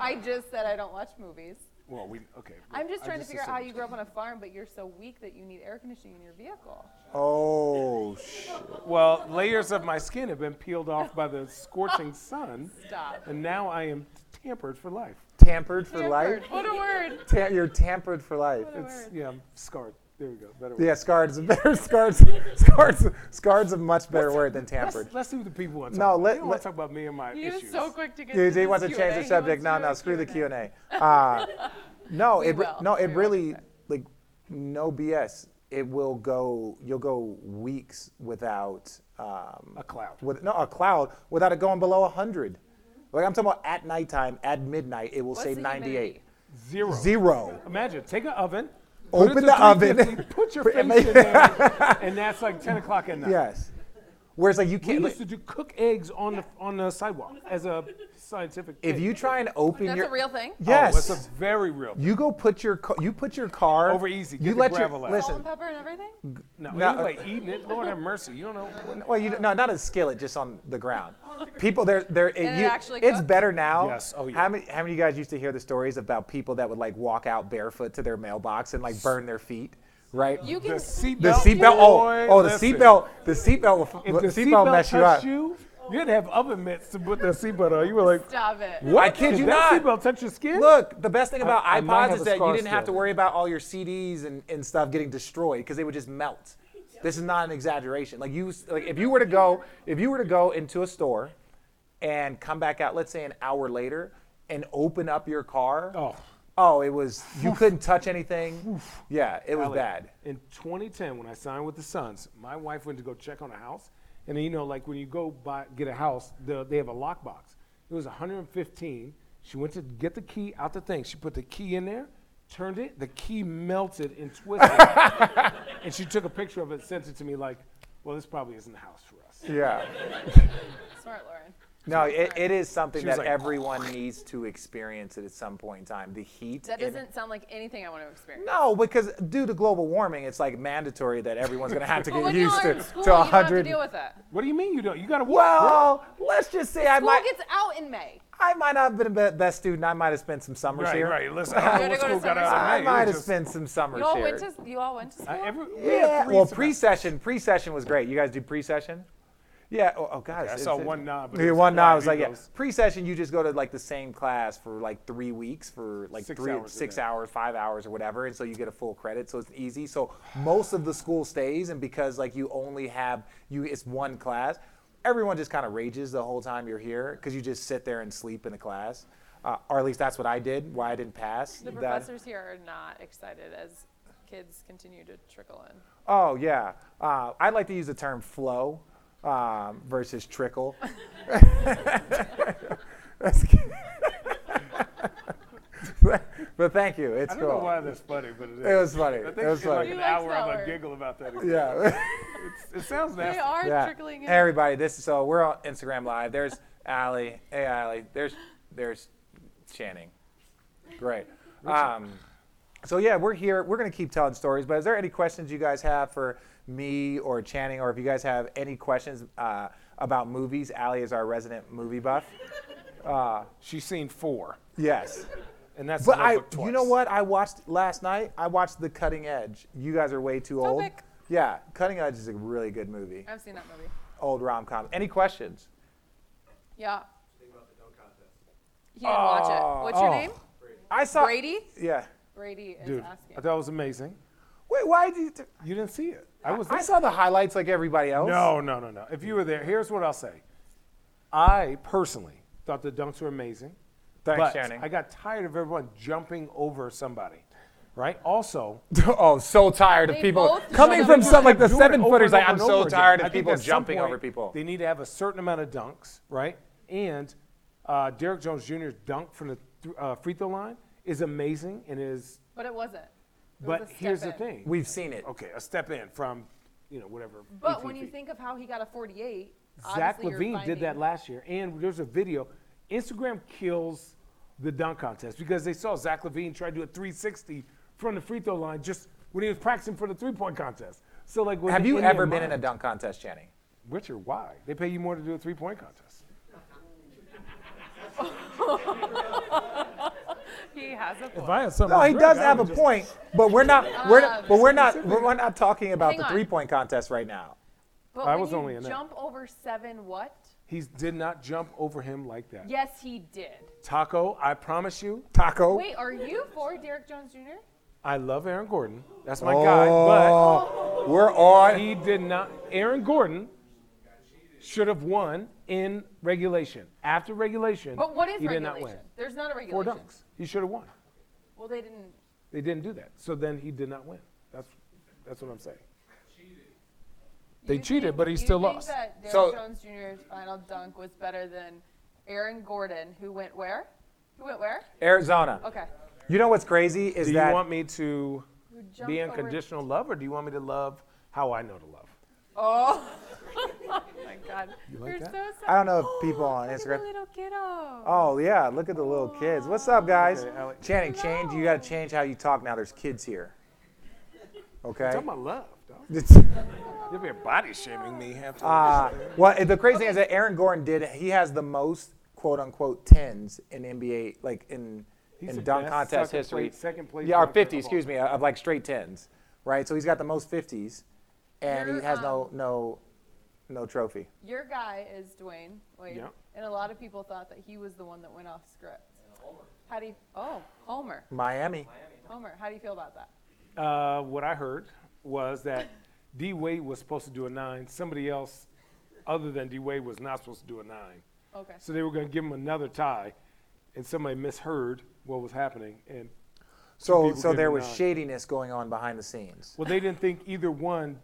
Speaker 2: I just said I don't watch movies.
Speaker 3: Well, we okay.
Speaker 2: I'm just
Speaker 3: I
Speaker 2: trying to figure out how
Speaker 3: assumed.
Speaker 2: you grew up on a farm, but you're so weak that you need air conditioning in your vehicle.
Speaker 1: Oh, sh-
Speaker 3: Well, layers of my skin have been peeled off by the scorching sun,
Speaker 2: Stop.
Speaker 3: and now I am tampered for life.
Speaker 1: tampered for life.
Speaker 2: Tampered. What a word.
Speaker 1: Ta- you're tampered for life.
Speaker 3: It's yeah, I'm scarred. There we go. Better word.
Speaker 1: Yeah, scarred is a better scarred. Scarred's, scarred's a much better word than tampered.
Speaker 3: Let's, let's see what the people want to
Speaker 1: No,
Speaker 3: talk about.
Speaker 1: let-
Speaker 3: They don't want
Speaker 1: let-
Speaker 3: to talk about me and my
Speaker 2: He was
Speaker 3: issues.
Speaker 2: so quick to get.
Speaker 1: He,
Speaker 2: to
Speaker 1: he wants to
Speaker 2: Q&A.
Speaker 1: change the
Speaker 2: He
Speaker 1: subject.
Speaker 2: wants
Speaker 1: No,
Speaker 2: to
Speaker 1: no,
Speaker 2: do
Speaker 1: screw the Q
Speaker 2: Q&A.
Speaker 1: and A. Uh, no, it re-
Speaker 2: will.
Speaker 1: no, it
Speaker 2: We will.
Speaker 1: really like no BS. It will go. You'll go weeks without um,
Speaker 3: A cloud.
Speaker 1: With no a cloud without it going below hundred. Like I'm talking about at nighttime, at midnight, it will
Speaker 2: What's
Speaker 1: say
Speaker 2: the
Speaker 1: 98,
Speaker 2: humidity?
Speaker 3: Zero.
Speaker 1: zero.
Speaker 3: Imagine, take an oven. put it
Speaker 1: Open
Speaker 3: to
Speaker 1: the oven.
Speaker 3: 350, Put your
Speaker 1: And
Speaker 3: face in there, and that's like 10 o'clock at night.
Speaker 1: Yes. Whereas like you
Speaker 3: We
Speaker 1: can't.
Speaker 3: used to do cook eggs on the on the sidewalk as a scientific.
Speaker 1: if
Speaker 3: thing.
Speaker 1: you try and open
Speaker 2: That's
Speaker 1: your
Speaker 2: a real thing.
Speaker 1: yes.
Speaker 3: Oh, it's a very real.
Speaker 1: you go put your ca- you put your car
Speaker 3: Over easy, get
Speaker 1: you
Speaker 3: the
Speaker 1: let your
Speaker 3: gravel
Speaker 2: Salt
Speaker 3: out.
Speaker 1: listen. Mm-hmm.
Speaker 2: and pepper and everything.
Speaker 3: No,
Speaker 1: No.
Speaker 3: anyway, eating it. Lord have mercy. You don't know.
Speaker 1: Well, you no, not a skillet, just on the ground. People, they're they're
Speaker 2: it
Speaker 1: you-
Speaker 2: actually
Speaker 1: it's
Speaker 2: cook?
Speaker 1: better now.
Speaker 3: Yes, oh, yeah.
Speaker 1: How many how many of you guys used to hear the stories about people that would like walk out barefoot to their mailbox and like burn their feet, right?
Speaker 2: You
Speaker 3: The
Speaker 2: can.
Speaker 3: seatbelt.
Speaker 1: the seatbelt. Oh,
Speaker 3: boy,
Speaker 1: oh, the
Speaker 3: listen.
Speaker 1: seatbelt. The seatbelt will f-
Speaker 3: If
Speaker 1: will-
Speaker 3: the
Speaker 1: seatbelt
Speaker 3: seatbelt
Speaker 1: will mess you up.
Speaker 3: touched you, you had to have oven mitts to put the seatbelt on. You were like,
Speaker 2: Stop it.
Speaker 1: I kid
Speaker 3: Did
Speaker 1: you
Speaker 3: that
Speaker 1: not.
Speaker 3: seatbelt touch your skin?
Speaker 1: Look, the best thing about
Speaker 3: I might
Speaker 1: iPods
Speaker 3: have
Speaker 1: is
Speaker 3: a
Speaker 1: that you
Speaker 3: scar
Speaker 1: didn't have to
Speaker 3: still.
Speaker 1: worry about all your CDs and, and stuff getting destroyed because they would just melt. This is not an exaggeration. Like you, s- like if you were to go, if you were to go into a store, and come back out, let's say an hour later, and open up your car.
Speaker 3: Oh.
Speaker 1: Oh, it was you couldn't touch anything. Yeah, it was
Speaker 3: Alec,
Speaker 1: bad.
Speaker 3: In 2010, when I signed with the Suns, my wife went to go check on a house, And you know, like when you go buy get a house, the, they have a lockbox. It was 115. She went to get the key out the thing. She put the key in there, turned it. The key melted and twisted. and she took a picture of it, sent it to me. Like, well, this probably isn't the house for us.
Speaker 1: Yeah.
Speaker 2: Smart, Lauren.
Speaker 1: No, it, it is something
Speaker 3: She was
Speaker 1: that
Speaker 3: like,
Speaker 1: everyone needs to experience it at some point in time. The heat.
Speaker 2: That
Speaker 1: in-
Speaker 2: doesn't sound like anything I want to experience.
Speaker 1: No, because due to global warming, it's like mandatory that everyone's going to have to
Speaker 2: But
Speaker 1: get
Speaker 2: when
Speaker 1: used
Speaker 2: you're
Speaker 1: to,
Speaker 2: in school,
Speaker 1: to
Speaker 2: you don't have to
Speaker 1: 100.
Speaker 2: deal with that.
Speaker 3: What do you mean you don't? You got to
Speaker 1: well, let's just say I
Speaker 2: School
Speaker 1: might,
Speaker 2: gets out in May.
Speaker 1: I might not have been the best student. I might have spent some summers
Speaker 3: Right,
Speaker 1: here.
Speaker 3: right. Listen, I
Speaker 2: You
Speaker 3: don't know
Speaker 2: gotta
Speaker 3: what
Speaker 2: go to
Speaker 3: school got
Speaker 2: summer
Speaker 3: out
Speaker 1: I
Speaker 3: of May. It
Speaker 1: might
Speaker 3: was
Speaker 1: have
Speaker 3: just-
Speaker 1: spent some summers
Speaker 2: You all
Speaker 1: here.
Speaker 2: went to you all went to
Speaker 3: I-
Speaker 2: school.
Speaker 3: every- we had
Speaker 1: yeah.
Speaker 3: three
Speaker 1: Well,
Speaker 3: semesters.
Speaker 1: pre-session, pre-session was great. You guys do pre-session? Yeah. Oh, oh gosh.
Speaker 3: I
Speaker 1: it's-
Speaker 3: saw
Speaker 1: it's-
Speaker 3: one nod. but it
Speaker 1: Yeah, one nod. I
Speaker 3: Hawaii
Speaker 1: was like, yeah.
Speaker 3: Eagles.
Speaker 1: Pre-session, you just go to like the same class for like three weeks for like
Speaker 3: Six
Speaker 1: three,
Speaker 3: hours a
Speaker 1: six
Speaker 3: day.
Speaker 1: hours, five hours or whatever, and so you get a full credit. So it's easy. So most of the school stays, and because like you only have you, it's one class. Everyone just kind of rages the whole time you're here because you just sit there and sleep in the class, uh, or at least that's what I did. Why I didn't pass.
Speaker 2: the
Speaker 1: That-
Speaker 2: professors here are not excited as kids continue to trickle in.
Speaker 1: Oh yeah, uh, I like to use the term flow um, versus trickle. That's good. but thank you. It's
Speaker 3: I don't know
Speaker 1: cool.
Speaker 3: why that's funny, but it is.
Speaker 1: It was funny.
Speaker 3: I think
Speaker 1: It was
Speaker 3: she had like
Speaker 1: funny.
Speaker 2: You
Speaker 3: an
Speaker 2: like
Speaker 3: hour of
Speaker 2: Sour.
Speaker 3: a giggle about that.
Speaker 1: Yeah.
Speaker 3: It's- It sounds
Speaker 2: They
Speaker 3: nasty.
Speaker 2: are
Speaker 1: yeah.
Speaker 2: trickling in.
Speaker 1: Everybody, this is so we're on Instagram Live. There's Allie. Hey Allie. There's there's Channing. Great. Um, so yeah, we're here. We're gonna keep telling stories. But is there any questions you guys have for me or Channing, or if you guys have any questions uh, about movies? Allie is our resident movie buff.
Speaker 3: She's seen four,
Speaker 1: Yes.
Speaker 3: and that's
Speaker 1: But
Speaker 3: the
Speaker 1: I,
Speaker 3: notebook twice.
Speaker 1: you know what? I watched last night. I watched The Cutting Edge. You guys are way too old.
Speaker 2: Topic.
Speaker 1: Yeah, Cutting Edge is a really good movie.
Speaker 2: I've seen that movie.
Speaker 1: Old rom com. Any questions?
Speaker 2: Yeah. He didn't watch it. What's your
Speaker 3: Oh.
Speaker 2: name?
Speaker 1: I saw.
Speaker 2: Brady.
Speaker 1: Yeah.
Speaker 2: Brady is
Speaker 3: Dude, I
Speaker 2: asking.
Speaker 3: thought it was amazing.
Speaker 1: Wait, why did you? T-
Speaker 3: You didn't see it. I was.
Speaker 1: I
Speaker 3: there.
Speaker 1: saw the highlights like everybody else.
Speaker 3: No, no, no, no. If you were there, here's what I'll say. I personally thought the dunks were amazing.
Speaker 1: Thanks,
Speaker 3: but
Speaker 1: Channing.
Speaker 3: I got tired of everyone jumping over somebody, right? Also,
Speaker 1: oh, so tired of
Speaker 2: They
Speaker 1: people
Speaker 2: both
Speaker 1: coming
Speaker 2: jump
Speaker 1: from
Speaker 2: over
Speaker 1: some like
Speaker 3: They're
Speaker 1: the
Speaker 3: doing it
Speaker 1: seven
Speaker 3: over
Speaker 1: footers.
Speaker 3: and
Speaker 1: Like
Speaker 3: over
Speaker 1: I'm
Speaker 3: and
Speaker 1: so
Speaker 3: over again.
Speaker 1: tired
Speaker 3: I
Speaker 1: of
Speaker 3: think
Speaker 1: people
Speaker 3: at some
Speaker 1: jumping
Speaker 3: point,
Speaker 1: over people.
Speaker 3: They need to have a certain amount of dunks, right? And uh, Derek Jones Jr.'s dunk from the th- uh, free throw line is amazing and is.
Speaker 2: But it wasn't. It was a
Speaker 3: But
Speaker 2: step
Speaker 3: here's the
Speaker 2: in.
Speaker 3: thing.
Speaker 1: We've seen it.
Speaker 3: okay, a step in from, you know, whatever.
Speaker 2: But
Speaker 3: 18
Speaker 2: when you
Speaker 3: feet.
Speaker 2: think of how he got a 48,
Speaker 3: Zach
Speaker 2: obviously you're
Speaker 3: Levine did that
Speaker 2: finding-
Speaker 3: last year, and there's a video. Instagram kills the dunk contest because they saw Zach Levine try to do a 360 from the free throw line just when he was practicing for the three point contest. So like, with
Speaker 1: Have
Speaker 3: the-
Speaker 1: you
Speaker 3: in their
Speaker 1: ever been in a
Speaker 3: mind-
Speaker 1: dunk contest, Channing?
Speaker 3: Richard? Why they pay you more to do a three point contest?
Speaker 2: He has a point.
Speaker 3: If I had something,
Speaker 1: No, he does have a point, but we're not. We're not. But we're not. We're not talking about
Speaker 2: Hang
Speaker 1: the
Speaker 2: on.
Speaker 1: three point contest right now.
Speaker 2: But
Speaker 3: I
Speaker 2: when
Speaker 3: was
Speaker 2: you
Speaker 3: only in that.
Speaker 2: jump over seven, what?
Speaker 3: He did not jump over him like that.
Speaker 2: Yes, he did.
Speaker 3: Taco, I promise you,
Speaker 1: Taco.
Speaker 2: Wait, are you for Derek Jones Jr.?
Speaker 3: I love Aaron Gordon. That's my guy, but
Speaker 1: Oh, we're on.
Speaker 3: He did not. Aaron Gordon should have won in regulation. After regulation,
Speaker 2: But what is
Speaker 3: he did
Speaker 2: regulation?
Speaker 3: not win.
Speaker 2: There's not a regulation.
Speaker 3: Four dunks. He should have won.
Speaker 2: Well, they didn't.
Speaker 3: They didn't do that. So then he did not win. That's that's what I'm saying. They
Speaker 2: You
Speaker 3: cheated,
Speaker 2: think-
Speaker 3: but he
Speaker 2: you
Speaker 3: still
Speaker 2: think
Speaker 3: lost.
Speaker 2: That Derek
Speaker 1: So-
Speaker 2: Jones Jr.'s final dunk was better than Aaron Gordon, who went where? Who went where?
Speaker 1: Arizona.
Speaker 2: Okay.
Speaker 1: You know what's crazy is
Speaker 3: Do you
Speaker 1: that
Speaker 3: want me to
Speaker 2: Who jumped
Speaker 3: be
Speaker 2: over-
Speaker 3: unconditional love, or do you want me to love how I know to love?
Speaker 2: Oh. oh my God. You
Speaker 3: like
Speaker 2: are
Speaker 3: that?
Speaker 2: so sad.
Speaker 1: I don't know if people on
Speaker 2: Look at
Speaker 1: Instagram.
Speaker 2: the little kiddo.
Speaker 1: Oh yeah, look at the little kids. What's up, guys?
Speaker 3: Okay, Alex.
Speaker 1: Channing, change. You gotta change how you talk now. There's kids here. Okay.
Speaker 3: Talking about love, dog.
Speaker 1: It's-
Speaker 3: You'll be body shaming me after
Speaker 1: uh, well, the crazy thing is that Aaron Gordon did. He has the most quote unquote tens in NBA, like in
Speaker 3: He's
Speaker 1: in
Speaker 3: the
Speaker 1: dunk
Speaker 3: best
Speaker 1: contest
Speaker 3: second
Speaker 1: history.
Speaker 3: place- second place
Speaker 1: Yeah, or
Speaker 3: dunker of
Speaker 1: fifty.
Speaker 3: all
Speaker 1: Excuse me, of like straight tens, right? So he's got the most fifties, and
Speaker 2: You're,
Speaker 1: he has no no no trophy.
Speaker 2: Your guy is Dwayne Wade,
Speaker 3: Yeah.
Speaker 2: and a lot of people thought that he was the one that went off script. How do you? Oh, Homer.
Speaker 1: Miami.
Speaker 2: Homer. How do you feel about that?
Speaker 3: this. Uh, what I heard was that D Wade was supposed to do a nine. Somebody else, other than D Wade, was not supposed to do a nine.
Speaker 2: Okay.
Speaker 3: So they were going to give him another tie, and somebody misheard what was happening. And
Speaker 1: So
Speaker 3: people
Speaker 1: so
Speaker 3: give
Speaker 1: there
Speaker 3: him
Speaker 1: was
Speaker 3: nine.
Speaker 1: shadiness going on behind the scenes.
Speaker 3: well, they didn't think either one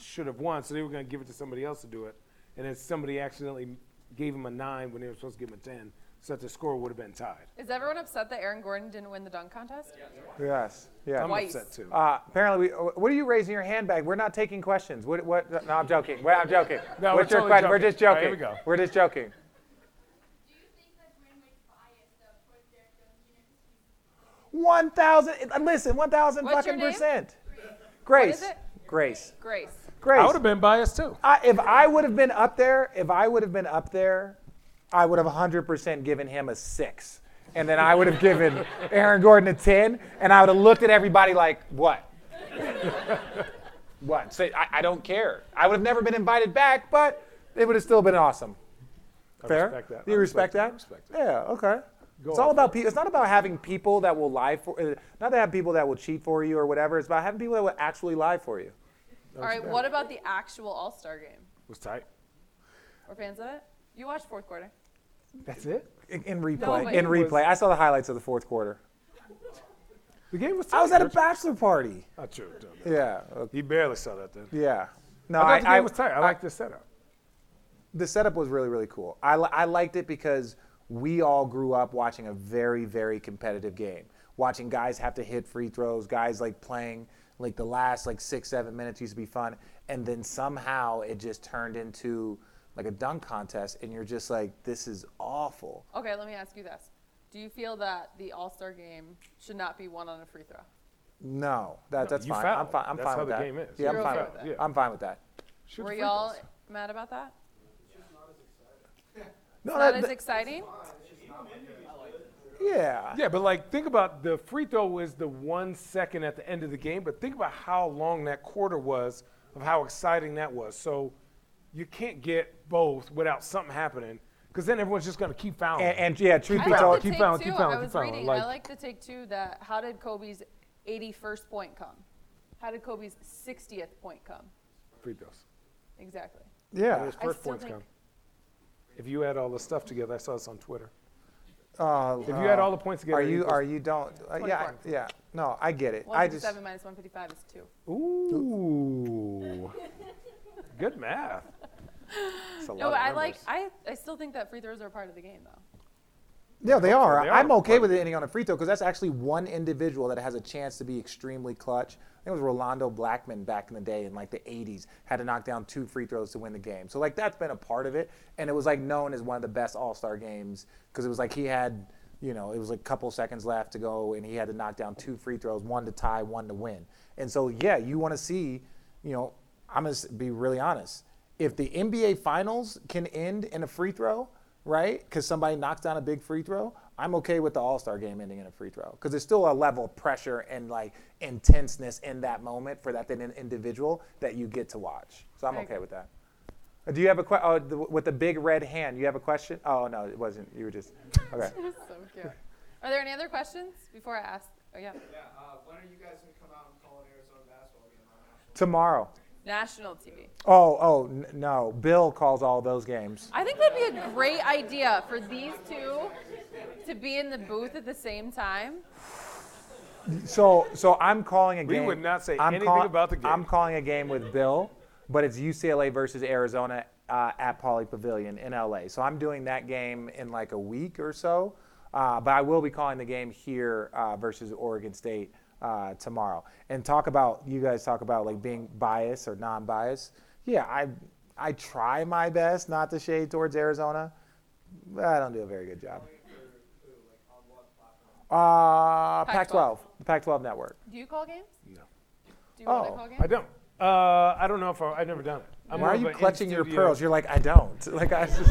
Speaker 3: should have won, so they were going to give it to somebody else to do it. And then somebody accidentally gave him a nine when they were supposed to give him a 10, so that the score would have been tied.
Speaker 2: Is everyone upset that Aaron Gordon didn't win the dunk contest?
Speaker 1: Yes. Yeah.
Speaker 3: I'm
Speaker 2: Twice.
Speaker 3: upset too.
Speaker 1: Uh, apparently, we, what are you raising your hand bag? We're not taking questions. What? What? No, I'm joking. Well, I'm joking.
Speaker 3: No,
Speaker 1: What's
Speaker 3: we're
Speaker 1: your
Speaker 3: totally
Speaker 1: question? We're
Speaker 3: joking.
Speaker 1: just joking.
Speaker 3: All right, here we go.
Speaker 1: We're just joking.
Speaker 5: Do you think that Dwayne Wade's bias uh, towards Derek Jones Jr. is
Speaker 1: One thousand. Listen, one thousand
Speaker 2: What's
Speaker 1: fucking
Speaker 2: your name?
Speaker 1: percent. Grace.
Speaker 2: What is it?
Speaker 1: Grace.
Speaker 2: Grace.
Speaker 1: Grace.
Speaker 3: I would have been biased too.
Speaker 1: I, if I would have been up there, if I would have been up there, I would have 100% given him a six. And then I would have given Aaron Gordon a 10, and I would have looked at everybody like, what? what? Say, I, I don't care. I would have never been invited back, but it would have still been awesome. Fair?
Speaker 3: respect that.
Speaker 1: Do you
Speaker 3: I
Speaker 1: respect,
Speaker 3: respect that.
Speaker 1: that?
Speaker 3: I respect that.
Speaker 1: Yeah, okay. it's
Speaker 3: on,
Speaker 1: all about people. It's not about having people that will lie for, uh, not to have people that will cheat for you or whatever. It's about having people that will actually lie for you.
Speaker 2: All right, what about the actual All Star game?
Speaker 3: It was tight.
Speaker 2: We're fans of it? You watched fourth quarter.
Speaker 3: That's it.
Speaker 1: In, in replay.
Speaker 2: but
Speaker 1: in
Speaker 2: it
Speaker 1: replay.
Speaker 3: was-
Speaker 1: I saw the highlights of the fourth quarter.
Speaker 3: The game was tight.
Speaker 1: I was at a
Speaker 3: Rich.
Speaker 1: bachelor party.
Speaker 3: Oh, true, true, man.
Speaker 1: Yeah. uh,
Speaker 3: You barely saw that then.
Speaker 1: Yeah. No,
Speaker 3: I
Speaker 1: I,
Speaker 3: thought the
Speaker 1: I,
Speaker 3: game was tight. I, like this setup.
Speaker 1: the setup was really, really cool. I, li- I liked it because we all grew up watching a very, very competitive game, watching guys have to hit free throws, guys like playing like the last like six, seven minutes used to be fun. And then somehow it just turned into like a dunk contest, and you're just like, this is awful.
Speaker 2: Okay, let me ask you this. Do you feel that the All Star game should not be won on a free throw?
Speaker 1: No, that, that's
Speaker 3: you
Speaker 1: fine. I'm
Speaker 3: fouled.
Speaker 1: fine. I'm
Speaker 3: That's
Speaker 1: fine
Speaker 3: how
Speaker 1: with
Speaker 3: the
Speaker 1: that.
Speaker 3: game is.
Speaker 1: Yeah, I'm
Speaker 2: You're
Speaker 1: fine
Speaker 2: okay
Speaker 1: with
Speaker 2: with
Speaker 1: that.
Speaker 3: that.
Speaker 1: I'm fine with that.
Speaker 3: Shoot
Speaker 2: Were
Speaker 3: the free
Speaker 2: y'all
Speaker 3: throws.
Speaker 2: mad about that?
Speaker 3: Uh,
Speaker 1: No,
Speaker 2: Not
Speaker 1: that-
Speaker 2: as exciting?
Speaker 1: yeah.
Speaker 3: Yeah, but like think about the free throw was the one second at the end of the game, but think about how long that quarter was of how exciting that was. So you can't get both without something happening because then everyone's just going to keep fouling.
Speaker 1: And, and yeah, truth
Speaker 2: I
Speaker 1: be
Speaker 2: like
Speaker 3: Keep
Speaker 1: told,
Speaker 3: fouling,
Speaker 2: the
Speaker 3: keep
Speaker 2: take
Speaker 3: fouling,
Speaker 2: two.
Speaker 3: keep fouling,
Speaker 2: I
Speaker 3: keep
Speaker 2: was
Speaker 3: fouling,
Speaker 2: reading. I
Speaker 3: like-
Speaker 2: like the take two that how did Kobe's 81st point come? How did Kobe's 60th point come?
Speaker 3: free throws.
Speaker 2: Exactly.
Speaker 3: Where
Speaker 1: yeah.
Speaker 3: does
Speaker 2: I
Speaker 3: first
Speaker 2: still
Speaker 3: points
Speaker 2: think-
Speaker 3: come? If you add all the stuff together, I saw this on Twitter.
Speaker 1: Uh,
Speaker 3: If you add all the points together,
Speaker 1: Are you?
Speaker 3: equals-
Speaker 1: Are you? Don't. Uh, yeah.
Speaker 2: 24.
Speaker 1: I- Yeah. No, I get it. I just.
Speaker 2: 157 minus 155 is two.
Speaker 3: Ooh, good math.
Speaker 1: it's a lot
Speaker 2: No,
Speaker 1: of
Speaker 2: but Oh, I like.
Speaker 1: numbers.
Speaker 2: I I still think that free throws are a part of the game though.
Speaker 1: Yeah, they are.
Speaker 3: they are
Speaker 1: I'm okay
Speaker 3: part
Speaker 1: with it ending on a free throw because that's actually one individual that has a chance to be extremely clutch. I think it was Rolando Blackman back in the day in like the 80s had to knock down two free throws to win the game. So like that's been a part of it, and it was like known as one of the best All Star games because it was like he had, you know, it was like a couple seconds left to go, and he had to knock down two free throws, one to tie, one to win. And so yeah, you want to see, you know, I'm gonna s- be really honest. If the NBA Finals can end in a free throw, right? Because somebody knocks down a big free throw, I'm okay with the All Star game ending in a free throw because there's still a level of pressure and like intenseness in that moment for that than an individual that you get to watch. So I'm
Speaker 2: I
Speaker 1: okay
Speaker 2: agree.
Speaker 1: with that. Uh, Do you have a question? Oh, the, with the big red hand, you have a question? Oh no, it wasn't. You were just okay.
Speaker 2: So cute. Are there any other questions before I ask? Oh yeah.
Speaker 6: Yeah, uh, when are you guys gonna come out and call an Arizona basketball game on national?
Speaker 1: Tomorrow.
Speaker 2: National TV.
Speaker 1: Oh, oh n- no. Bill calls all those games.
Speaker 2: I think that'd be a great idea for these two to be in the booth at the same time.
Speaker 1: So, so I'm calling a
Speaker 3: We
Speaker 1: game.
Speaker 3: would not say anything about the game.
Speaker 1: I'm calling a game with Bill, but it's UCLA versus Arizona uh, at Pauley Pavilion in LA. So I'm doing that game in like a week or so, uh, but I will be calling the game here uh, versus Oregon State uh, tomorrow. And talk about you guys talk about like being biased or non-biased. Yeah, I I try my best not to shade towards Arizona, but I don't do a very good job. Uh, Pac-12,
Speaker 2: Pac-12.
Speaker 1: the Pac-12 network.
Speaker 2: Do you call games?
Speaker 3: No.
Speaker 2: Do you want to
Speaker 1: Oh,
Speaker 2: call games?
Speaker 3: I don't. Uh, I don't know if I, I've never done it. I'm
Speaker 1: Why
Speaker 3: more
Speaker 1: are
Speaker 3: of
Speaker 1: you
Speaker 3: an
Speaker 1: clutching your
Speaker 3: in-studio-
Speaker 1: pearls? You're like, I don't. Like I just,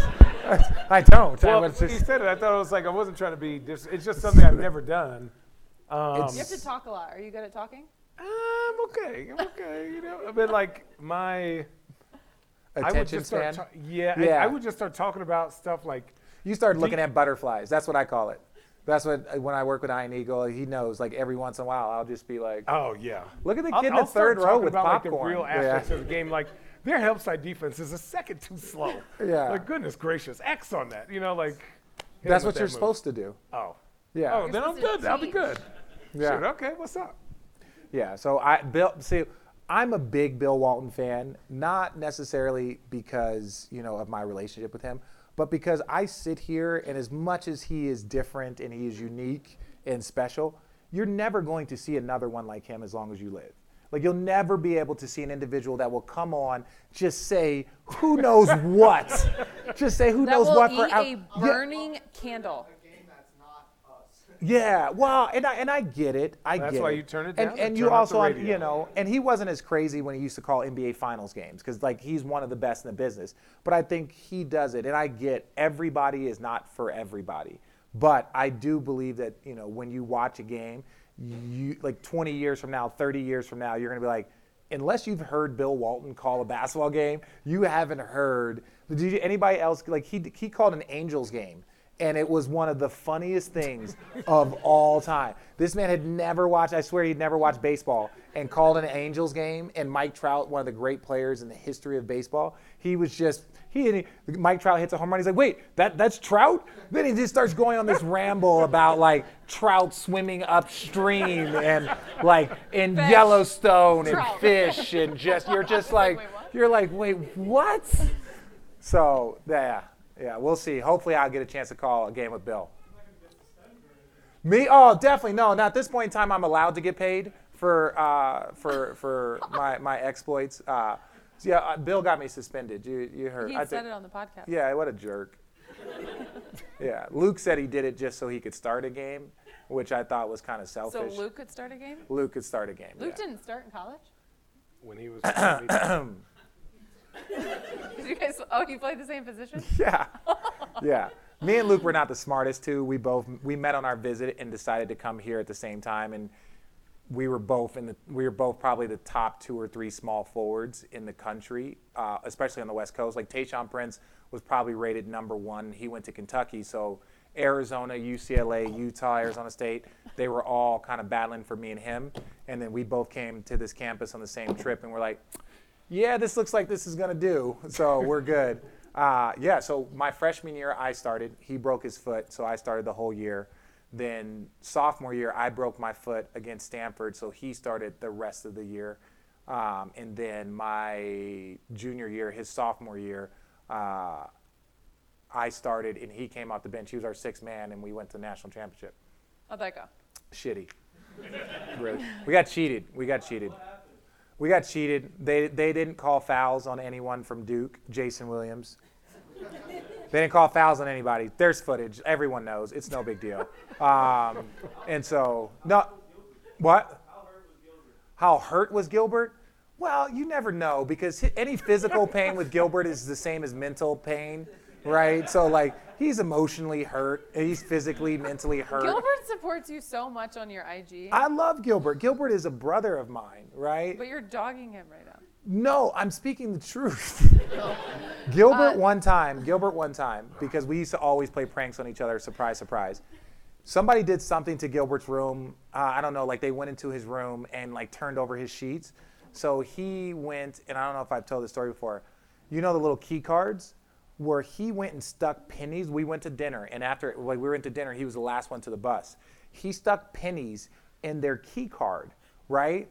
Speaker 1: I don't. I
Speaker 3: Well,
Speaker 1: was
Speaker 3: when he
Speaker 1: just,
Speaker 3: said it, I thought it was like I wasn't trying to be. Dis- it's just something I've never done. Um,
Speaker 1: It's-
Speaker 2: You have to talk a lot. Are you good at talking?
Speaker 3: I'm okay. I'm okay. You know, I mean, like my I would
Speaker 1: attention
Speaker 3: just start.
Speaker 1: span.
Speaker 3: ta- yeah, I- I,
Speaker 1: Yeah.
Speaker 3: would just start talking about stuff like
Speaker 1: you start looking at butterflies. That's what I call it. That's what uh, when I work with Ian Eagle, he knows. Like every once in a while, I'll just be like,
Speaker 3: Oh yeah.
Speaker 1: Look at the
Speaker 3: I'll-
Speaker 1: kid in
Speaker 3: I'll
Speaker 1: the third
Speaker 3: start
Speaker 1: row
Speaker 3: talking
Speaker 1: with
Speaker 3: about, Like, the
Speaker 1: popcorn.
Speaker 3: real
Speaker 1: Yeah.
Speaker 3: aspects of the game, like their help side defense is a second too slow.
Speaker 1: Yeah.
Speaker 3: Like goodness gracious, X on that. You know, like. hit
Speaker 1: that's
Speaker 3: him with
Speaker 1: what you're
Speaker 3: that move.
Speaker 1: supposed to do.
Speaker 3: Oh.
Speaker 1: Yeah.
Speaker 3: Oh, then I'm
Speaker 2: supposed to
Speaker 3: good. I'll be
Speaker 2: teach.
Speaker 3: good.
Speaker 1: Yeah.
Speaker 3: Shoot, okay, what's up?
Speaker 1: Yeah. So I Bill see I'm a big Bill Walton fan, not necessarily because you know of my relationship with him, but because I sit here and as much as he is different and he is unique and special, you're never going to see another one like him as long as you live. Like you'll never be able to see an individual that will come on, just say who knows what, just say who
Speaker 2: That
Speaker 1: knows
Speaker 2: will
Speaker 1: what
Speaker 2: eat
Speaker 1: for hou-
Speaker 2: a
Speaker 1: Yeah.
Speaker 2: burning candle.
Speaker 6: A game that's not us.
Speaker 1: Yeah, well, and I and I get it. I
Speaker 3: That's
Speaker 1: get
Speaker 3: why
Speaker 1: it.
Speaker 3: you turn it down
Speaker 1: And,
Speaker 3: or
Speaker 1: and you
Speaker 3: turn off the
Speaker 1: also,
Speaker 3: radio.
Speaker 1: you know, and he wasn't as crazy when he used to call NBA Finals games because like he's one of the best in the business. But I think he does it, and I get everybody is not for everybody. But I do believe that you know when you watch a game, you like 20 years from now, 30 years from now, you're gonna be like, unless you've heard Bill Walton call a basketball game, you haven't heard. Did you, anybody else like he he called an Angels game? and it was one of the funniest things of all time. This man had never watched, I swear he'd never watched baseball, and called an Angels game. And Mike Trout, one of the great players in the history of baseball, he was just, he, and he Mike Trout hits a home run. He's like, wait, that, that's Trout? Then he just starts going on this ramble about like Trout swimming upstream and like in
Speaker 2: Fish.
Speaker 1: Yellowstone
Speaker 2: Trout.
Speaker 1: and fish and just, you're just
Speaker 2: Like,
Speaker 1: like,
Speaker 2: wait, what?
Speaker 1: you're like, wait, what? So yeah, yeah, we'll see. Hopefully, I'll get a chance to call a game with Bill. Me? Oh, definitely no. Not at this point in time. I'm allowed to get paid for uh, for for my my exploits. Uh, so yeah, uh, Bill got me suspended. You you heard?
Speaker 2: He
Speaker 1: I
Speaker 2: had said
Speaker 1: think-
Speaker 2: it on the podcast.
Speaker 1: yeah, what a jerk. yeah, Luke said he did it just so he could start a game, which I thought was kind of
Speaker 2: So
Speaker 1: selfish.
Speaker 2: Luke could start a game.
Speaker 1: Luke could start a game.
Speaker 2: Luke
Speaker 1: yeah.
Speaker 2: didn't start in college.
Speaker 3: When he was. I
Speaker 2: Did you guys? Oh, he played the same position.
Speaker 1: Yeah. Yeah. Me and Luke were not the smartest two. We both we met on our visit and decided to come here at the same time and we were both in the we were both probably the top two or three small forwards in the country, uh, especially on the West Coast. Like Tayshawn Prince was probably rated number one. He went to Kentucky, so Arizona, UCLA, Utah, Arizona State, they were all kind of battling for me and him. And then we both came to this campus on the same trip and we're like, yeah, this looks like this is going to do. So we're good. Uh, yeah, so my freshman year, I started. He broke his foot, so I started the whole year. Then sophomore year, I broke my foot against Stanford, so he started the rest of the year. Um, and then my junior year, his sophomore year, uh, I started and he came off the bench. He was our sixth man, and we went to the national championship.
Speaker 2: How'd that go?
Speaker 1: Shitty. really. We got cheated. We got cheated. We got cheated. They, they didn't call fouls on anyone from Duke, Jason Williams. They didn't call fouls on anybody. There's footage. Everyone knows. It's no big deal. Um, and so, no. What? How hurt was Gilbert? Well, you never know because hi- any physical pain with Gilbert is the same as mental pain, right? So, like, he's emotionally hurt. and He's physically, mentally hurt.
Speaker 2: Gilbert supports you so much on your IG,
Speaker 1: I love Gilbert. Gilbert is a brother of mine, right?
Speaker 2: but you're dogging him right now.
Speaker 1: No, I'm speaking the truth. Gilbert
Speaker 2: Uh,
Speaker 1: one time, Gilbert one time, because we used to always play pranks on each other, surprise, surprise. Somebody did something to Gilbert's room. Uh, I don't know, like they went into his room and like turned over his sheets. So he went, and I don't know if I've told this story before. You know the little key cards where he went and stuck pennies. We went to dinner, and after like, we were into dinner, he was the last one to the bus. He stuck pennies in their key card, right?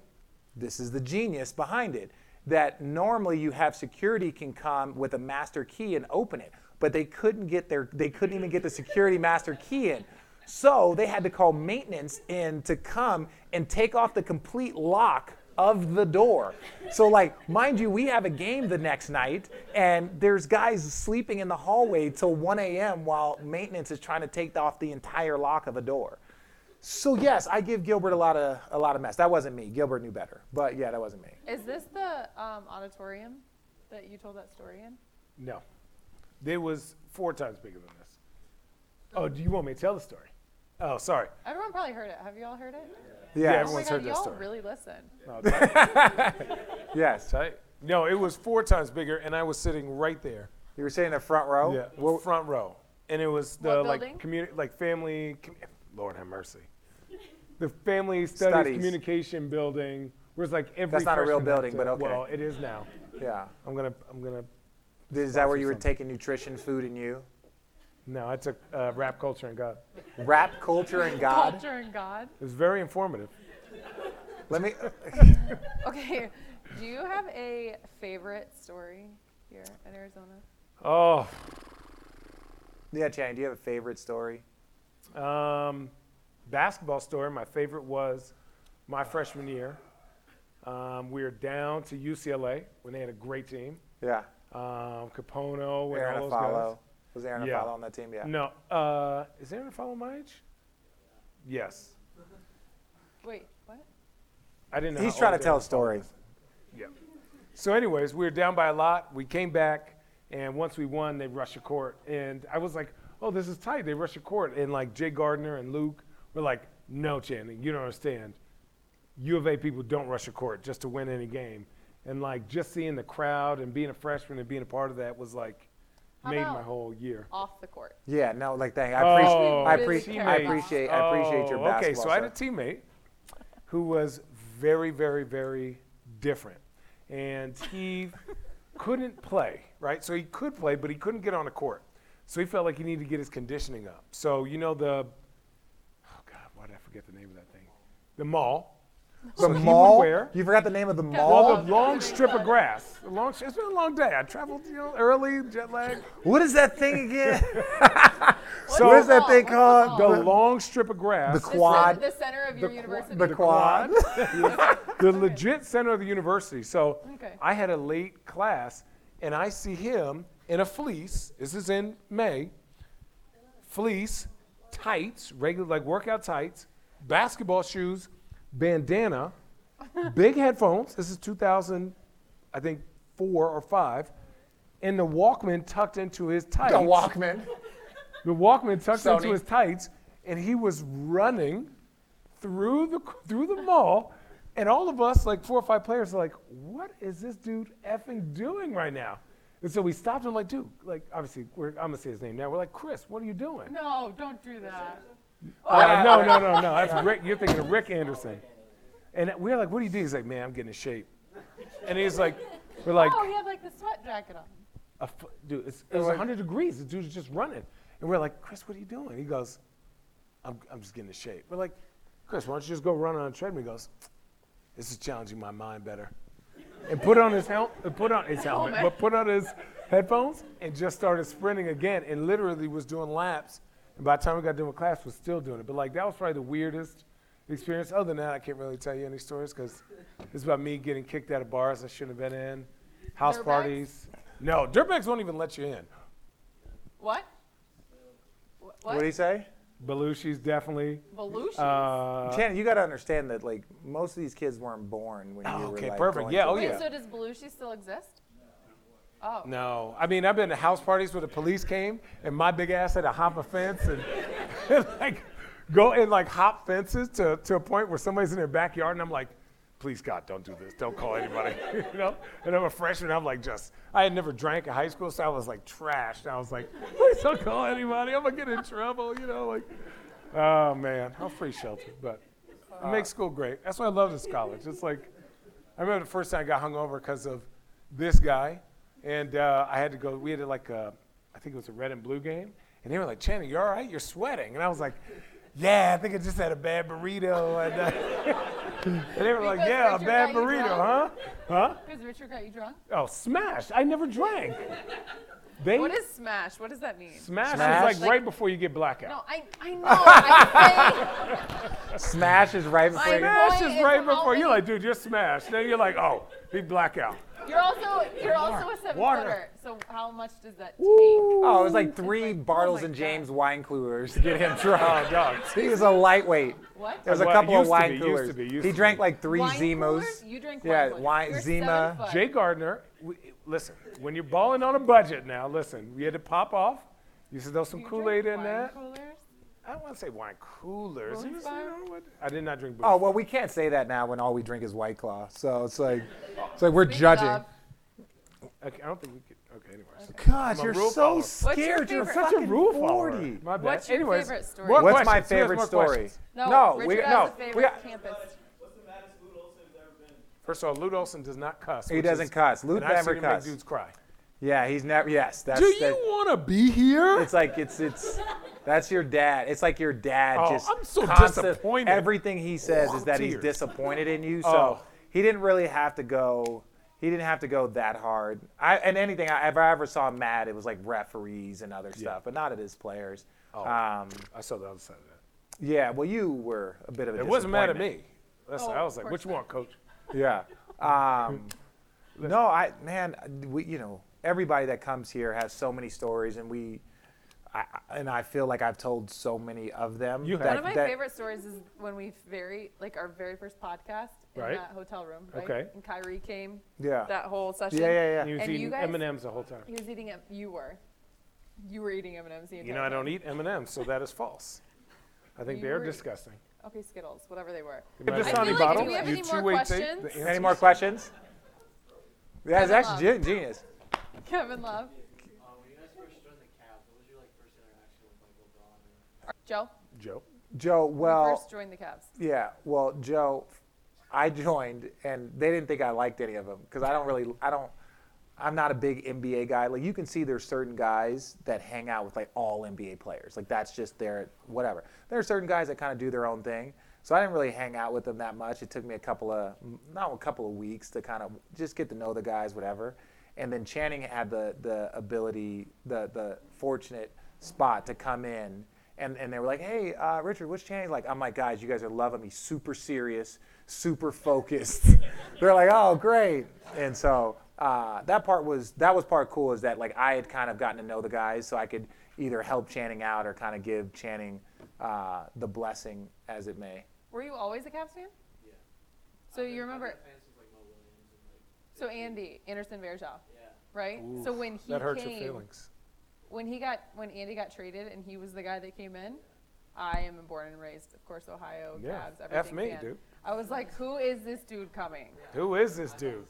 Speaker 1: this is the genius behind it that normally you have security can come with a master key and open it but they couldn't get their they couldn't even get the security master key in so they had to call maintenance in to come and take off the complete lock of the door. So, like, mind you, we have a game the next night, and there's guys sleeping in the hallway till 1 a.m. while maintenance is trying to take off the entire lock of a door. So yes, I give Gilbert a lot of a lot of mess. That wasn't me. Gilbert knew better. But yeah, that wasn't me.
Speaker 2: Is this the um, auditorium that you told that story in?
Speaker 3: no. It was four times bigger than this. Oh, do you want me to tell the story? Oh, sorry.
Speaker 2: Everyone probably heard it. Have you all heard it?
Speaker 1: Yes.
Speaker 2: Oh my
Speaker 3: Everyone's
Speaker 2: God,
Speaker 3: heard that
Speaker 2: y'all
Speaker 3: story.
Speaker 2: really listen.
Speaker 3: No, it's-
Speaker 1: Yes.
Speaker 3: Tight. No, it was four times bigger, and I was sitting right there,
Speaker 1: You were sitting in the front row.
Speaker 3: yeah, front row, and it was the
Speaker 2: What
Speaker 3: like
Speaker 2: building?
Speaker 3: community, like family. Com- Lord have mercy. The family studies,
Speaker 1: Studies.
Speaker 3: communication building was like every.
Speaker 1: That's not a real
Speaker 3: freshman had
Speaker 1: building,
Speaker 3: to-
Speaker 1: but okay.
Speaker 3: Well, it is now.
Speaker 1: Yeah.
Speaker 3: I'm gonna. I'm gonna.
Speaker 1: Is that where you were
Speaker 3: Sponsor
Speaker 1: taking nutrition, food, and you?
Speaker 3: No, I took uh, rap culture and God.
Speaker 1: Rap culture and God.
Speaker 2: Culture and God.
Speaker 3: It was very informative.
Speaker 1: Let me.
Speaker 2: Okay, Do you have a favorite story here in Arizona?
Speaker 3: Oh,
Speaker 1: Yeah, Channing, do you have a favorite story?
Speaker 3: Um, basketball story. My favorite was my freshman year. Um, we were down to UCLA when they had a great team.
Speaker 1: Yeah.
Speaker 3: Um, Capono and
Speaker 1: Aaron
Speaker 3: all those guys.
Speaker 1: Afalo. Was Aaron
Speaker 3: Yeah.
Speaker 1: Afalo on that team? Yeah.
Speaker 3: No, uh, is Aaron Follow my age? Yes.
Speaker 2: Wait, what?
Speaker 3: I didn't. know
Speaker 1: He's
Speaker 3: how
Speaker 1: trying
Speaker 3: old
Speaker 1: to tell
Speaker 3: Aaron
Speaker 1: a story.
Speaker 3: Yeah. So, anyways, we were down by a lot. We came back, and once we won, they rushed the court. And I was like, oh, this is tight. They rushed the court. And like Jay Gardner and Luke were like, no, Channing, you don't understand. U of A people don't rush the court just to win any game. And like just seeing the crowd and being a freshman and being a part of that was like
Speaker 2: How
Speaker 3: made
Speaker 2: about-
Speaker 3: my whole year.
Speaker 2: off the court.
Speaker 1: Yeah, no, like thank I appreciate
Speaker 3: Oh,
Speaker 1: I, appreciate I
Speaker 3: teammates.
Speaker 1: appreciate I appreciate your
Speaker 3: Oh,
Speaker 1: basketball.
Speaker 3: Okay, so I had a
Speaker 1: sir.
Speaker 3: teammate who was very, very, very different, and he couldn't play. Right, so he could play, but he couldn't get on the court. So he felt like he needed to get his conditioning up. So you know the, oh God, why did I forget the name of that thing? The mall.
Speaker 1: the
Speaker 3: he would
Speaker 1: mall.
Speaker 3: wear-
Speaker 1: You forgot the name of the
Speaker 3: Well,
Speaker 1: mall?
Speaker 3: the long strip of grass. The long. It's been a long day. I traveled, you know, early jet lag.
Speaker 1: What is that thing again?
Speaker 2: What's
Speaker 1: what is
Speaker 2: the
Speaker 1: that thing
Speaker 2: ball? What's
Speaker 1: called?
Speaker 2: the
Speaker 3: The
Speaker 2: ball?
Speaker 3: long strip of grass.
Speaker 1: Oh. The
Speaker 2: The cen-
Speaker 1: quad.
Speaker 2: The center of your
Speaker 1: The
Speaker 2: university.
Speaker 3: The qua-
Speaker 1: quad.
Speaker 3: the legit center of the university. So
Speaker 2: Okay.
Speaker 3: I had a late class, and I see him in a fleece. This is in May. Fleece, tights, regular like workout tights, basketball shoes, bandana, big headphones. This is 2000, I think four or five, and the Walkman tucked into his tights.
Speaker 1: Walkman.
Speaker 3: The Walkman tucked
Speaker 1: Sony.
Speaker 3: into his tights, and he was running through the through the mall, and all of us, like four or five players, are like, "What is this dude effing doing right now?" And so we stopped him, like, "Dude, like, obviously, we're, I'm gonna say his name now. We're like, Chris, what are you doing?"
Speaker 2: No, don't do that.
Speaker 3: Uh, no, no, no, no. That's Rick. You're thinking of Rick Anderson. And we're like, "What do you do?" He's like, "Man, I'm getting in shape." And he's like, "We're like,
Speaker 2: Oh, he had like the sweat jacket on.
Speaker 3: a fu- dude, it's, it was 100 degrees. The dude's just running. And we're like, Chris, what are you doing? He goes, I'm, I'm just getting in shape. We're like, Chris, why don't you just go run on a treadmill? He goes, this is challenging my mind better. And put on his helmet, put on his helmet,
Speaker 2: Helmet.
Speaker 3: but put on his headphones and just started sprinting again and literally was doing laps. And by the time we got done with class, was still doing it. But like, that was probably the weirdest experience. Other than that, I can't really tell you any stories because it's about me getting kicked out of bars I shouldn't have been in, house
Speaker 2: Dirtbags?
Speaker 3: parties. No, dirtbags won't even let you in.
Speaker 2: What? Wh-
Speaker 1: What do you
Speaker 2: What?
Speaker 1: say?
Speaker 3: Belushi's definitely.
Speaker 2: Belushi.
Speaker 3: Uh,
Speaker 1: Channing, you got to understand that like most of these kids weren't born when you were
Speaker 3: okay,
Speaker 1: like,
Speaker 3: perfect.
Speaker 1: going
Speaker 3: Yeah,
Speaker 1: through
Speaker 3: oh
Speaker 1: it.
Speaker 2: Wait,
Speaker 3: yeah.
Speaker 2: so does Belushi still exist? Oh.
Speaker 3: No, I mean I've been to house parties where the police came and my big ass had to hop a fence and, and, like go and like hop fences to, to a point where somebody's in their backyard and I'm like, please God, don't do this, don't call anybody, you know. And I'm a freshman, I'm like just I had never drank in high school, so I was like trashed. I was like, please don't call anybody, I'm gonna get in trouble, you know. Like, oh man, how free sheltered, but
Speaker 2: Uh,
Speaker 3: it makes school great. That's why I love this college. It's like. I remember the first time I got hungover because of this guy, and uh, I had to go. We had like a, I think it was a red and blue game, and they were like, "Channing, you all right? You're sweating." And I was like, "Yeah, I think I just had a bad burrito." And, uh, and they were like,
Speaker 2: Because
Speaker 3: "Yeah, a
Speaker 2: Richard
Speaker 3: bad
Speaker 2: got you
Speaker 3: burrito, huh?
Speaker 2: drunk."
Speaker 3: Huh?
Speaker 2: Because Richard got you drunk.
Speaker 3: Oh, smashed! I never drank." They
Speaker 2: What is smash? What does that mean?
Speaker 3: smash,
Speaker 1: Smash?
Speaker 3: is like right before you get blackout.
Speaker 2: No, I, I know. I
Speaker 1: Smash is right before
Speaker 2: I
Speaker 1: you-
Speaker 2: know.
Speaker 3: Smash
Speaker 2: Boy,
Speaker 3: is
Speaker 2: it's
Speaker 3: right before you're
Speaker 2: always-
Speaker 3: like, dude, you're smashed. Then you're like, oh, he blackout.
Speaker 2: say you're also you're also a seven
Speaker 3: Water.
Speaker 2: footer. So how much does that take?
Speaker 1: Oh, it was like three
Speaker 2: like, oh
Speaker 1: Bartles
Speaker 2: my
Speaker 1: and
Speaker 2: God.
Speaker 1: James wine coolers to get him drunk.
Speaker 3: Oh, dog.
Speaker 1: he was a lightweight.
Speaker 2: What?
Speaker 1: There was a
Speaker 3: Well,
Speaker 1: couple of
Speaker 3: used to
Speaker 1: wine
Speaker 3: be, used to
Speaker 1: coolers.
Speaker 3: be, used
Speaker 1: he
Speaker 3: to
Speaker 1: drank
Speaker 3: be.
Speaker 1: like three
Speaker 2: Wine
Speaker 1: Zemos.
Speaker 2: coolers? You drink wine
Speaker 1: Yeah,
Speaker 2: coolers.
Speaker 1: wine-
Speaker 2: You're
Speaker 1: Zima.
Speaker 2: seven foot.
Speaker 3: Jay Gardner, we, listen, when you're balling on a budget now, listen, we had to pop off. You said there was some
Speaker 2: You drink
Speaker 3: Kool Aid in
Speaker 2: wine
Speaker 3: that.
Speaker 2: coolers?
Speaker 3: I don't want to say wine coolers.
Speaker 2: Moon's
Speaker 3: You just- you
Speaker 2: Fire?
Speaker 3: know what? I did not drink booze.
Speaker 1: Oh well, we can't say that now when all we drink is White Claw. So it's like, it's like we're judging.
Speaker 2: Bob,
Speaker 3: Okay, I don't think we could. Okay, anyways.
Speaker 1: God,
Speaker 3: I'm a
Speaker 1: you're
Speaker 3: rule
Speaker 1: so
Speaker 3: follower.
Speaker 2: your
Speaker 1: scared. You're
Speaker 2: favorite-
Speaker 3: Such a
Speaker 1: fucking
Speaker 3: rule follower.
Speaker 1: 40.
Speaker 3: My bad.
Speaker 2: What's your
Speaker 3: anyways,
Speaker 2: favorite story?
Speaker 3: more
Speaker 1: What's my
Speaker 3: questions. Who has
Speaker 1: favorite
Speaker 3: more
Speaker 1: story?
Speaker 3: questions?
Speaker 2: No,
Speaker 1: we
Speaker 2: Richard
Speaker 1: no,
Speaker 2: has a favorite
Speaker 1: we got,
Speaker 2: campus.
Speaker 6: What's the maddest food Olsen has ever been?
Speaker 3: First of all, Lute Olson does not cuss.
Speaker 1: He
Speaker 3: which
Speaker 1: doesn't
Speaker 3: is-
Speaker 1: cuss. Lute
Speaker 3: and I've
Speaker 1: never
Speaker 3: seen him make
Speaker 1: cuss.
Speaker 3: dudes cry.
Speaker 1: yeah, he's never. Yes, that's.
Speaker 3: Do you
Speaker 1: that-
Speaker 3: want to be here?
Speaker 1: It's like it's it's that's your dad. It's like your dad
Speaker 3: Oh,
Speaker 1: just
Speaker 3: I'm so
Speaker 1: constant-
Speaker 3: disappointed. Oh,
Speaker 1: Everything he says is that he's
Speaker 3: Tears.
Speaker 1: disappointed in you. So
Speaker 3: Oh.
Speaker 1: he didn't really have to go he didn't have to go that hard. I and anything I ever I ever saw him mad, it was like referees and other stuff, but not at his players.
Speaker 3: Oh.
Speaker 1: Um,
Speaker 3: I saw the other side of
Speaker 1: yeah, well, you were a bit of a.
Speaker 3: that. It wasn't mad at
Speaker 1: disappointment.
Speaker 3: me. That's
Speaker 2: Oh,
Speaker 3: I was
Speaker 2: of
Speaker 3: like, what
Speaker 2: course
Speaker 3: you want, coach?
Speaker 1: Yeah. Um, no, I man, we, you know, everybody that comes here has so many stories, and we, I, I- and I feel like I've told so many of them.
Speaker 3: You
Speaker 1: that,
Speaker 2: One of my
Speaker 1: that-
Speaker 2: favorite stories is when we very like our very first podcast in
Speaker 3: Right.
Speaker 2: that hotel room. Right?
Speaker 3: Okay.
Speaker 2: And Kyrie came.
Speaker 1: Yeah.
Speaker 2: That whole session.
Speaker 1: Yeah, yeah,
Speaker 3: He
Speaker 1: yeah.
Speaker 3: was
Speaker 2: And you
Speaker 3: eating
Speaker 2: guys-
Speaker 3: M&Ms the whole time.
Speaker 2: He was eating. M- You were. You were eating M and M's.
Speaker 3: You know, I don't eat M&Ms, so that is false. I think
Speaker 2: You
Speaker 3: they are
Speaker 2: were-
Speaker 3: disgusting.
Speaker 2: Okay, Skittles, whatever they were.
Speaker 3: The
Speaker 2: I feel
Speaker 3: Dasani
Speaker 2: like
Speaker 3: bottle,
Speaker 2: do we have
Speaker 3: you
Speaker 2: any more
Speaker 3: two-way tape,
Speaker 2: questions?
Speaker 3: the
Speaker 1: Any more questions? Yeah, it's
Speaker 2: Kevin
Speaker 1: actually
Speaker 2: Love.
Speaker 1: gen- genius.
Speaker 2: Kevin Love,
Speaker 7: Um, when you guys first joined the Cavs, what was your like first interaction with like LeBron? Or
Speaker 2: Joe.
Speaker 3: Joe.
Speaker 1: Joe,
Speaker 2: you
Speaker 1: well,
Speaker 2: first joined the Cavs.
Speaker 1: yeah, well, Joe, I joined, and they didn't think I liked any of them because I don't really, I don't, I'm not a big NBA guy. Like you can see there's certain guys that hang out with like all NBA players. Like that's just their whatever. There are certain guys that kind of do their own thing. So I didn't really hang out with them that much. It took me a couple of not a couple of weeks to kind of just get to know the guys, whatever. And then Channing had the the ability, the the fortunate spot to come in. And, and they were like, hey, uh, Richard, what's Channing like? I'm like, guys, you guys are loving me. Super serious, super focused. They're like, oh, great. And so uh, that part was that was part cool is that like I had kind of gotten to know the guys, so I could either help Channing out or kind of give Channing uh, the blessing as it may.
Speaker 2: Were you always a Cavs fan?
Speaker 7: Yeah.
Speaker 2: So you remember?
Speaker 7: I've been a fan since like Mo Williams and like
Speaker 2: So Andy Anderson Varejao,
Speaker 7: yeah.
Speaker 2: right? so when he
Speaker 3: That hurts your
Speaker 2: came,
Speaker 3: feelings.
Speaker 2: when he got when Andy got traded and he was the guy that came in, I am born and raised, of course, Ohio
Speaker 3: Yeah,
Speaker 2: Cavs.
Speaker 3: F
Speaker 2: everything
Speaker 3: me,
Speaker 2: fan.
Speaker 3: dude.
Speaker 2: I was like, who is this dude coming?
Speaker 3: Who is this dude?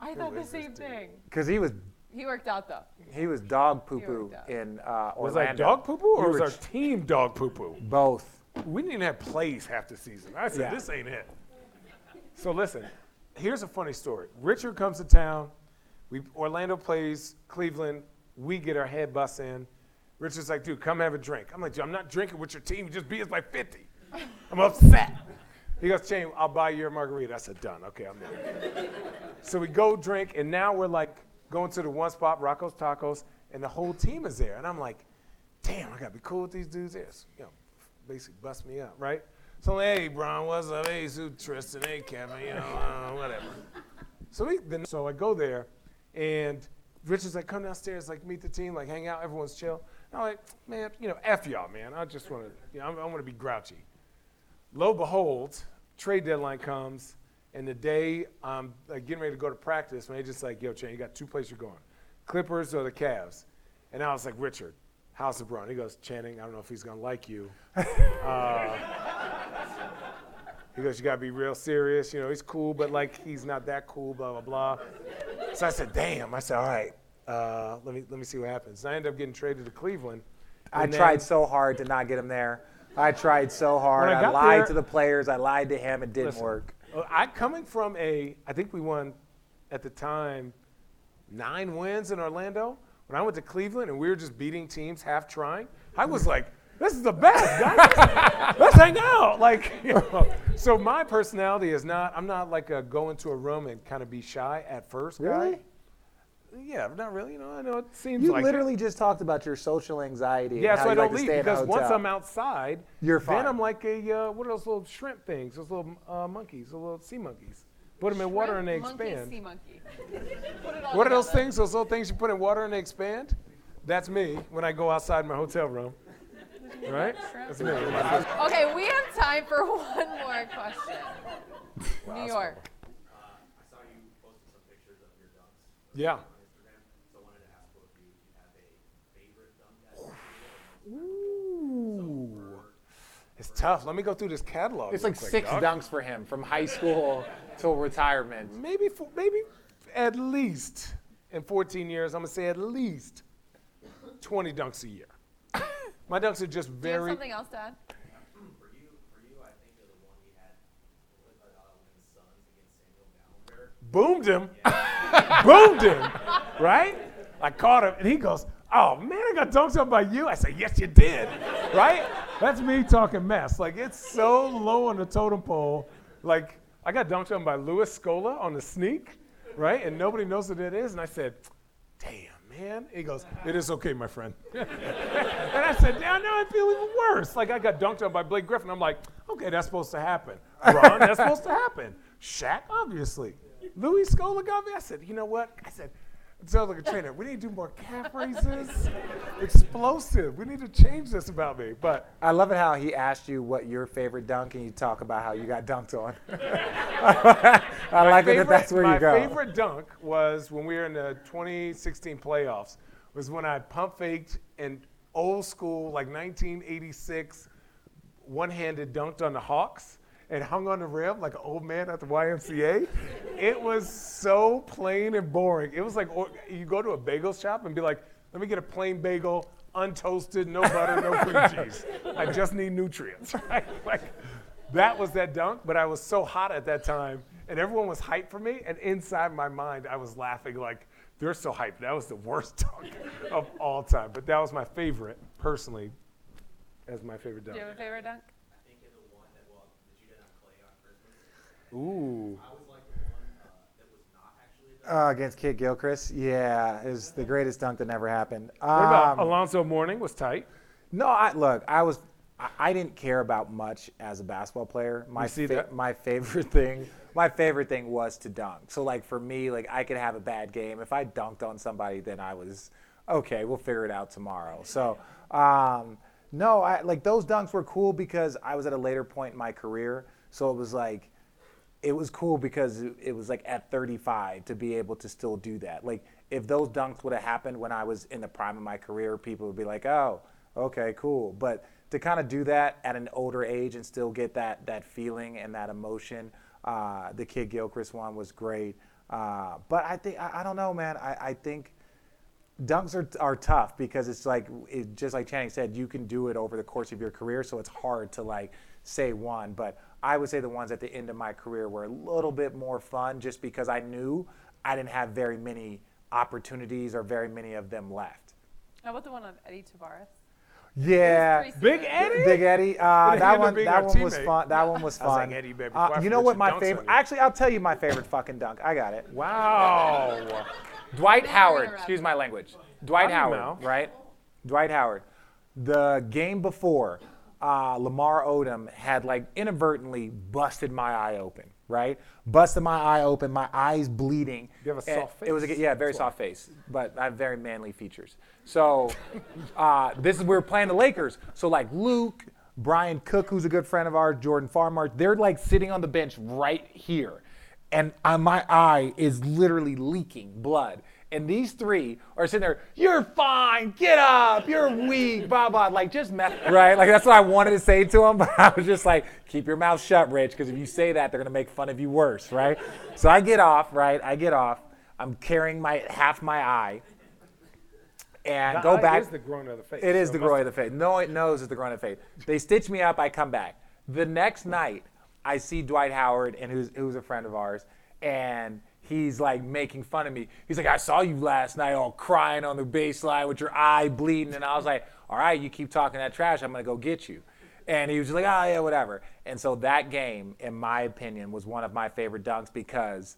Speaker 2: I thought the
Speaker 3: is this
Speaker 2: same
Speaker 3: dude?
Speaker 2: thing.
Speaker 1: Because he was
Speaker 2: He worked out though.
Speaker 1: he was dog poo poo
Speaker 2: worked out.
Speaker 1: in uh, Orlando.
Speaker 3: Was our dog poo poo
Speaker 1: We
Speaker 3: or was
Speaker 1: were
Speaker 3: our
Speaker 1: ch-
Speaker 3: team dog poo poo?
Speaker 1: both?
Speaker 3: We didn't have plays half the season. I said,
Speaker 1: Yeah.
Speaker 3: this ain't it. So listen, here's a funny story. Richard comes to town. We Orlando plays Cleveland. We get our head bus in. Richard's like, dude, come have a drink. I'm like, dude, I'm not drinking with your team. You just beat us by 50. I'm upset. He goes, Shane, I'll buy you a margarita. I said, done. Okay, I'm there. so we go drink, and now we're like going to the one spot, Rocco's Tacos, and the whole team is there. And I'm like, damn, I gotta be cool with these dudes. There, you know, basically bust me up, right? So I'm like, hey, Bron, what's up? Hey, Sue, Tristan, hey, Kevin, you know, uh, whatever. So we, then, so I go there, and Richard's like, come downstairs, like meet the team, like hang out, everyone's chill. And I'm like, man, you know, f y'all, man. I just want to, you know, I'm- I want to be grouchy. Lo and behold, trade deadline comes, and the day I'm like, getting ready to go to practice, my agent's like, yo, Chan, you got two places you're going, Clippers or the Cavs. And I was like, Richard, how's LeBron? He goes, Channing, I don't know if he's going to like you. Uh, He goes, you gotta be real serious. You know, he's cool, but like he's not that cool. Blah blah blah. So I said, damn. I said, all right, uh, let me let me see what happens. And I ended up getting traded to Cleveland.
Speaker 1: I
Speaker 3: and then-
Speaker 1: tried so hard to not get him there. I tried so hard.
Speaker 3: When I
Speaker 1: I,
Speaker 3: got
Speaker 1: lied
Speaker 3: there-
Speaker 1: to the players. I lied to him. It didn't
Speaker 3: Listen,
Speaker 1: work.
Speaker 3: uh, I coming from a, I think we won at the time nine wins in Orlando. When I went to Cleveland and we were just beating teams, half trying, I
Speaker 1: Mm-hmm.
Speaker 3: was like, this is the best. guys. Let's hang out. Like, you know. so my personality is not. I'm not like a go into a room and kind of be shy at first. guy.
Speaker 1: Really?
Speaker 3: Yeah, not really. You know, I know it seems
Speaker 1: You
Speaker 3: like. it.
Speaker 1: literally just talked about your social anxiety. and
Speaker 3: Yeah,
Speaker 1: how
Speaker 3: so I
Speaker 1: you
Speaker 3: don't
Speaker 1: like to
Speaker 3: leave
Speaker 1: stay in a
Speaker 3: because once
Speaker 1: hotel.
Speaker 3: I'm outside,
Speaker 1: You're
Speaker 3: Then
Speaker 1: fine.
Speaker 3: I'm like a uh, what are those little shrimp things? Those little uh, monkeys, those little sea monkeys. Put them in water and they
Speaker 2: Shrimp monkey,
Speaker 3: expand.
Speaker 2: Sea monkey. Put it all
Speaker 3: What are those
Speaker 2: together.
Speaker 3: things? Those little things you put in water and they expand? That's me when I go outside my hotel room. Right? That's me.
Speaker 2: Okay, we have time for one more question. New York.
Speaker 7: uh, I saw you posted some pictures of your dunks
Speaker 3: Yeah.
Speaker 7: on Instagram, so I wanted to ask both of you if you have a favorite dunk at
Speaker 3: Ooh. It's tough. Let me go through this catalog.
Speaker 1: It's
Speaker 3: real
Speaker 1: like
Speaker 3: quick,
Speaker 1: six
Speaker 3: dog.
Speaker 1: dunks for him from high school till retirement.
Speaker 3: Maybe, four, maybe at least in 14 years, I'm gonna say at least 20 dunks a year. My dunks are just
Speaker 2: Do you have
Speaker 3: very.
Speaker 2: something else to add?
Speaker 7: For you, for you, I think of the one he had with uh, when the Suns against
Speaker 3: boomed him,
Speaker 7: Samuel Gallagher.
Speaker 3: boomed him, right? I caught him, and he goes, "Oh man, I got dunked on by you." I say, "Yes, you did," right? That's me talking mess. Like it's so low on the totem pole. Like I got dunked on by Louis Scola on the sneak. right? And nobody knows what it is. And I said, damn, man. He goes, it is okay, my friend. and I said, now, now I feel even worse. Like I got dunked on by Blake Griffin. I'm like, okay, that's supposed to happen. Ron, that's supposed to happen. Shaq, obviously. Louis Skolagov, I said, you know what? I said, so like a trainer, we need to do more calf raises. Explosive. We need to change this about me. But
Speaker 1: I love it how he asked you what your favorite dunk, and you talk about how you got dunked on. I like it that that's where
Speaker 3: my
Speaker 1: you go.
Speaker 3: favorite dunk was when we were in the 2016 playoffs. Was when I pump faked and old school like 1986 one-handed dunked on the Hawks and hung on the rim like an old man at the YMCA. it was so plain and boring. It was like or, you go to a bagel shop and be like, "Let me get a plain bagel." Untoasted, no butter, no cream cheese. I just need nutrients. Right? Like, that was that dunk, but I was so hot at that time, and everyone was hyped for me. And inside my mind, I was laughing like they're so hyped. That was the worst dunk of all time. But that was my favorite, personally, as my favorite
Speaker 2: Do
Speaker 3: dunk.
Speaker 2: you have a favorite dunk?
Speaker 7: I think of the one that well that you did not play on Christmas.
Speaker 3: Ooh,
Speaker 7: I was like the one uh, that was not actually the
Speaker 1: Uh, against Kid Gilchrist, yeah, is the greatest dunk that never happened.
Speaker 3: what about
Speaker 1: Um,
Speaker 3: Alonzo Mourning? Was tight.
Speaker 1: No, I look, I was I, I didn't care about much as a basketball player. My
Speaker 3: see that.
Speaker 1: my favorite thing my favorite thing was to dunk. So like for me, like I could have a bad game. If I dunked on somebody, then I was okay, we'll figure it out tomorrow. So um no, I like those dunks were cool because I was at a later point in my career. So it was like it was cool because it- it was like at 35 to be able to still do that. Like if those dunks would have happened when I was in the prime of my career, people would be like, "Oh, okay, cool." But to kind of do that at an older age and still get that that feeling and that emotion, uh, the Kid Gilchrist one was great. Uh, but I think I, I don't know, man. I, I think dunks are, are tough because it's like it, just like Channing said, you can do it over the course of your career, so it's hard to like say one. But I would say the ones at the end of my career were a little bit more fun, just because I knew I didn't have very many opportunities or very many of them left.
Speaker 2: How about the one on Eddie Tavares?
Speaker 1: Yeah.
Speaker 2: Pretty
Speaker 3: Big
Speaker 2: similar.
Speaker 3: Eddie.
Speaker 1: Big Eddie, uh, that
Speaker 3: With Hannah
Speaker 1: one,
Speaker 3: being
Speaker 1: that
Speaker 3: our
Speaker 1: one was
Speaker 3: teammate.
Speaker 1: fun. That one was
Speaker 3: I was like,
Speaker 1: fun.
Speaker 3: "Eddie, baby,
Speaker 1: Uh,
Speaker 3: why
Speaker 1: you know
Speaker 3: forget
Speaker 1: what
Speaker 3: your
Speaker 1: my
Speaker 3: dunks on
Speaker 1: favorite?
Speaker 3: you?"
Speaker 1: Actually, I'll tell you my favorite fucking dunk. I got it.
Speaker 3: Wow.
Speaker 1: Dwight
Speaker 2: Never
Speaker 1: Howard.
Speaker 2: interrupt.
Speaker 1: Excuse my language. Dwight
Speaker 3: I don't
Speaker 1: Howard,
Speaker 3: know.
Speaker 1: right? Dwight Howard. The game before, uh, Lamar Odom had like inadvertently busted my eye open, right? Busted my eye open, my eyes bleeding.
Speaker 3: You have a
Speaker 1: And
Speaker 3: soft
Speaker 1: It was a,
Speaker 3: face.
Speaker 1: yeah, very soft face, but I have very manly features. So uh, this is we were playing the Lakers. So like Luke, Brian Cook, who's a good friend of ours, Jordan Farmar, they're like sitting on the bench right here, and uh, my eye is literally leaking blood. And these three are sitting there. You're fine. Get up. You're weak. Blah blah. Like just mess. Right. Like that's what I wanted to say to him, but I was just like, keep your mouth shut, Rich, because if you say that, they're gonna make fun of you worse. Right. So I get off. Right. I get off. I'm carrying my half my eye, and go
Speaker 3: Eye
Speaker 1: back.
Speaker 3: Is the groin of the face.
Speaker 1: It is
Speaker 3: so
Speaker 1: the
Speaker 3: must-
Speaker 1: groin of the faith. No, it knows it's the groin of the faith. They stitch me up. I come back. The next night, I see Dwight Howard, and who's who's a friend of ours, and he's like making fun of me. He's like, "I saw you last night, all crying on the baseline with your eye bleeding," and I was like, "All right, you keep talking that trash. I'm gonna go get you." And he was just like, "Oh yeah, whatever." And so that game, in my opinion, was one of my favorite dunks because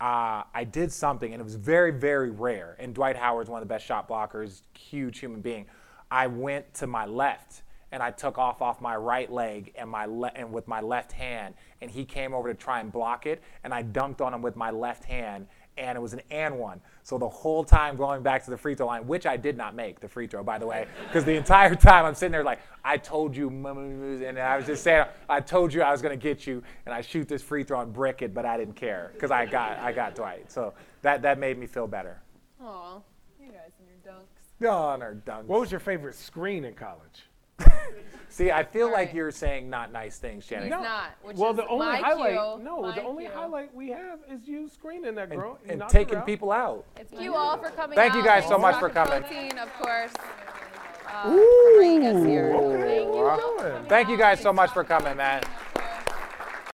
Speaker 1: uh, I did something, and it was very, very rare. And Dwight Howard's one of the best shot blockers, huge human being. I went to my left and I took off off my right leg and my le- and with my left hand, and he came over to try and block it, and I dunked on him with my left hand, and it was an and one. So the whole time going back to the free throw line, which I did not make the free throw, by the way, because the entire time I'm sitting there like, I told you, mm, mm, mm," and I was just saying, I told you I was gonna get you, and I shoot this free throw and brick it, but I didn't care because I got I got Dwight. So that that made me feel better.
Speaker 2: Aw, you guys and your dunks.
Speaker 1: Oh, and our dunks.
Speaker 3: What was your favorite screen in college?
Speaker 1: See, I feel
Speaker 2: All
Speaker 1: like
Speaker 2: right.
Speaker 1: you're saying not nice things, Shannon.
Speaker 2: He's not. Which
Speaker 3: well,
Speaker 2: is
Speaker 3: the only
Speaker 2: my
Speaker 3: highlight.
Speaker 2: cue,
Speaker 3: no,
Speaker 2: my
Speaker 3: the only
Speaker 2: cue.
Speaker 3: highlight we have is you screening that
Speaker 1: and,
Speaker 3: girl
Speaker 1: and
Speaker 3: knocking her
Speaker 1: taking
Speaker 3: out.
Speaker 1: people out.
Speaker 2: It's you all for coming.
Speaker 1: Thank you
Speaker 2: out.
Speaker 1: guys so
Speaker 2: Thanks
Speaker 1: much for
Speaker 2: Rocket
Speaker 1: coming.
Speaker 2: Protein, of course. Uh, for bringing us here.
Speaker 1: Ooh.
Speaker 2: Thank you.
Speaker 3: What are you doing?
Speaker 1: Thank you guys so much for coming, man.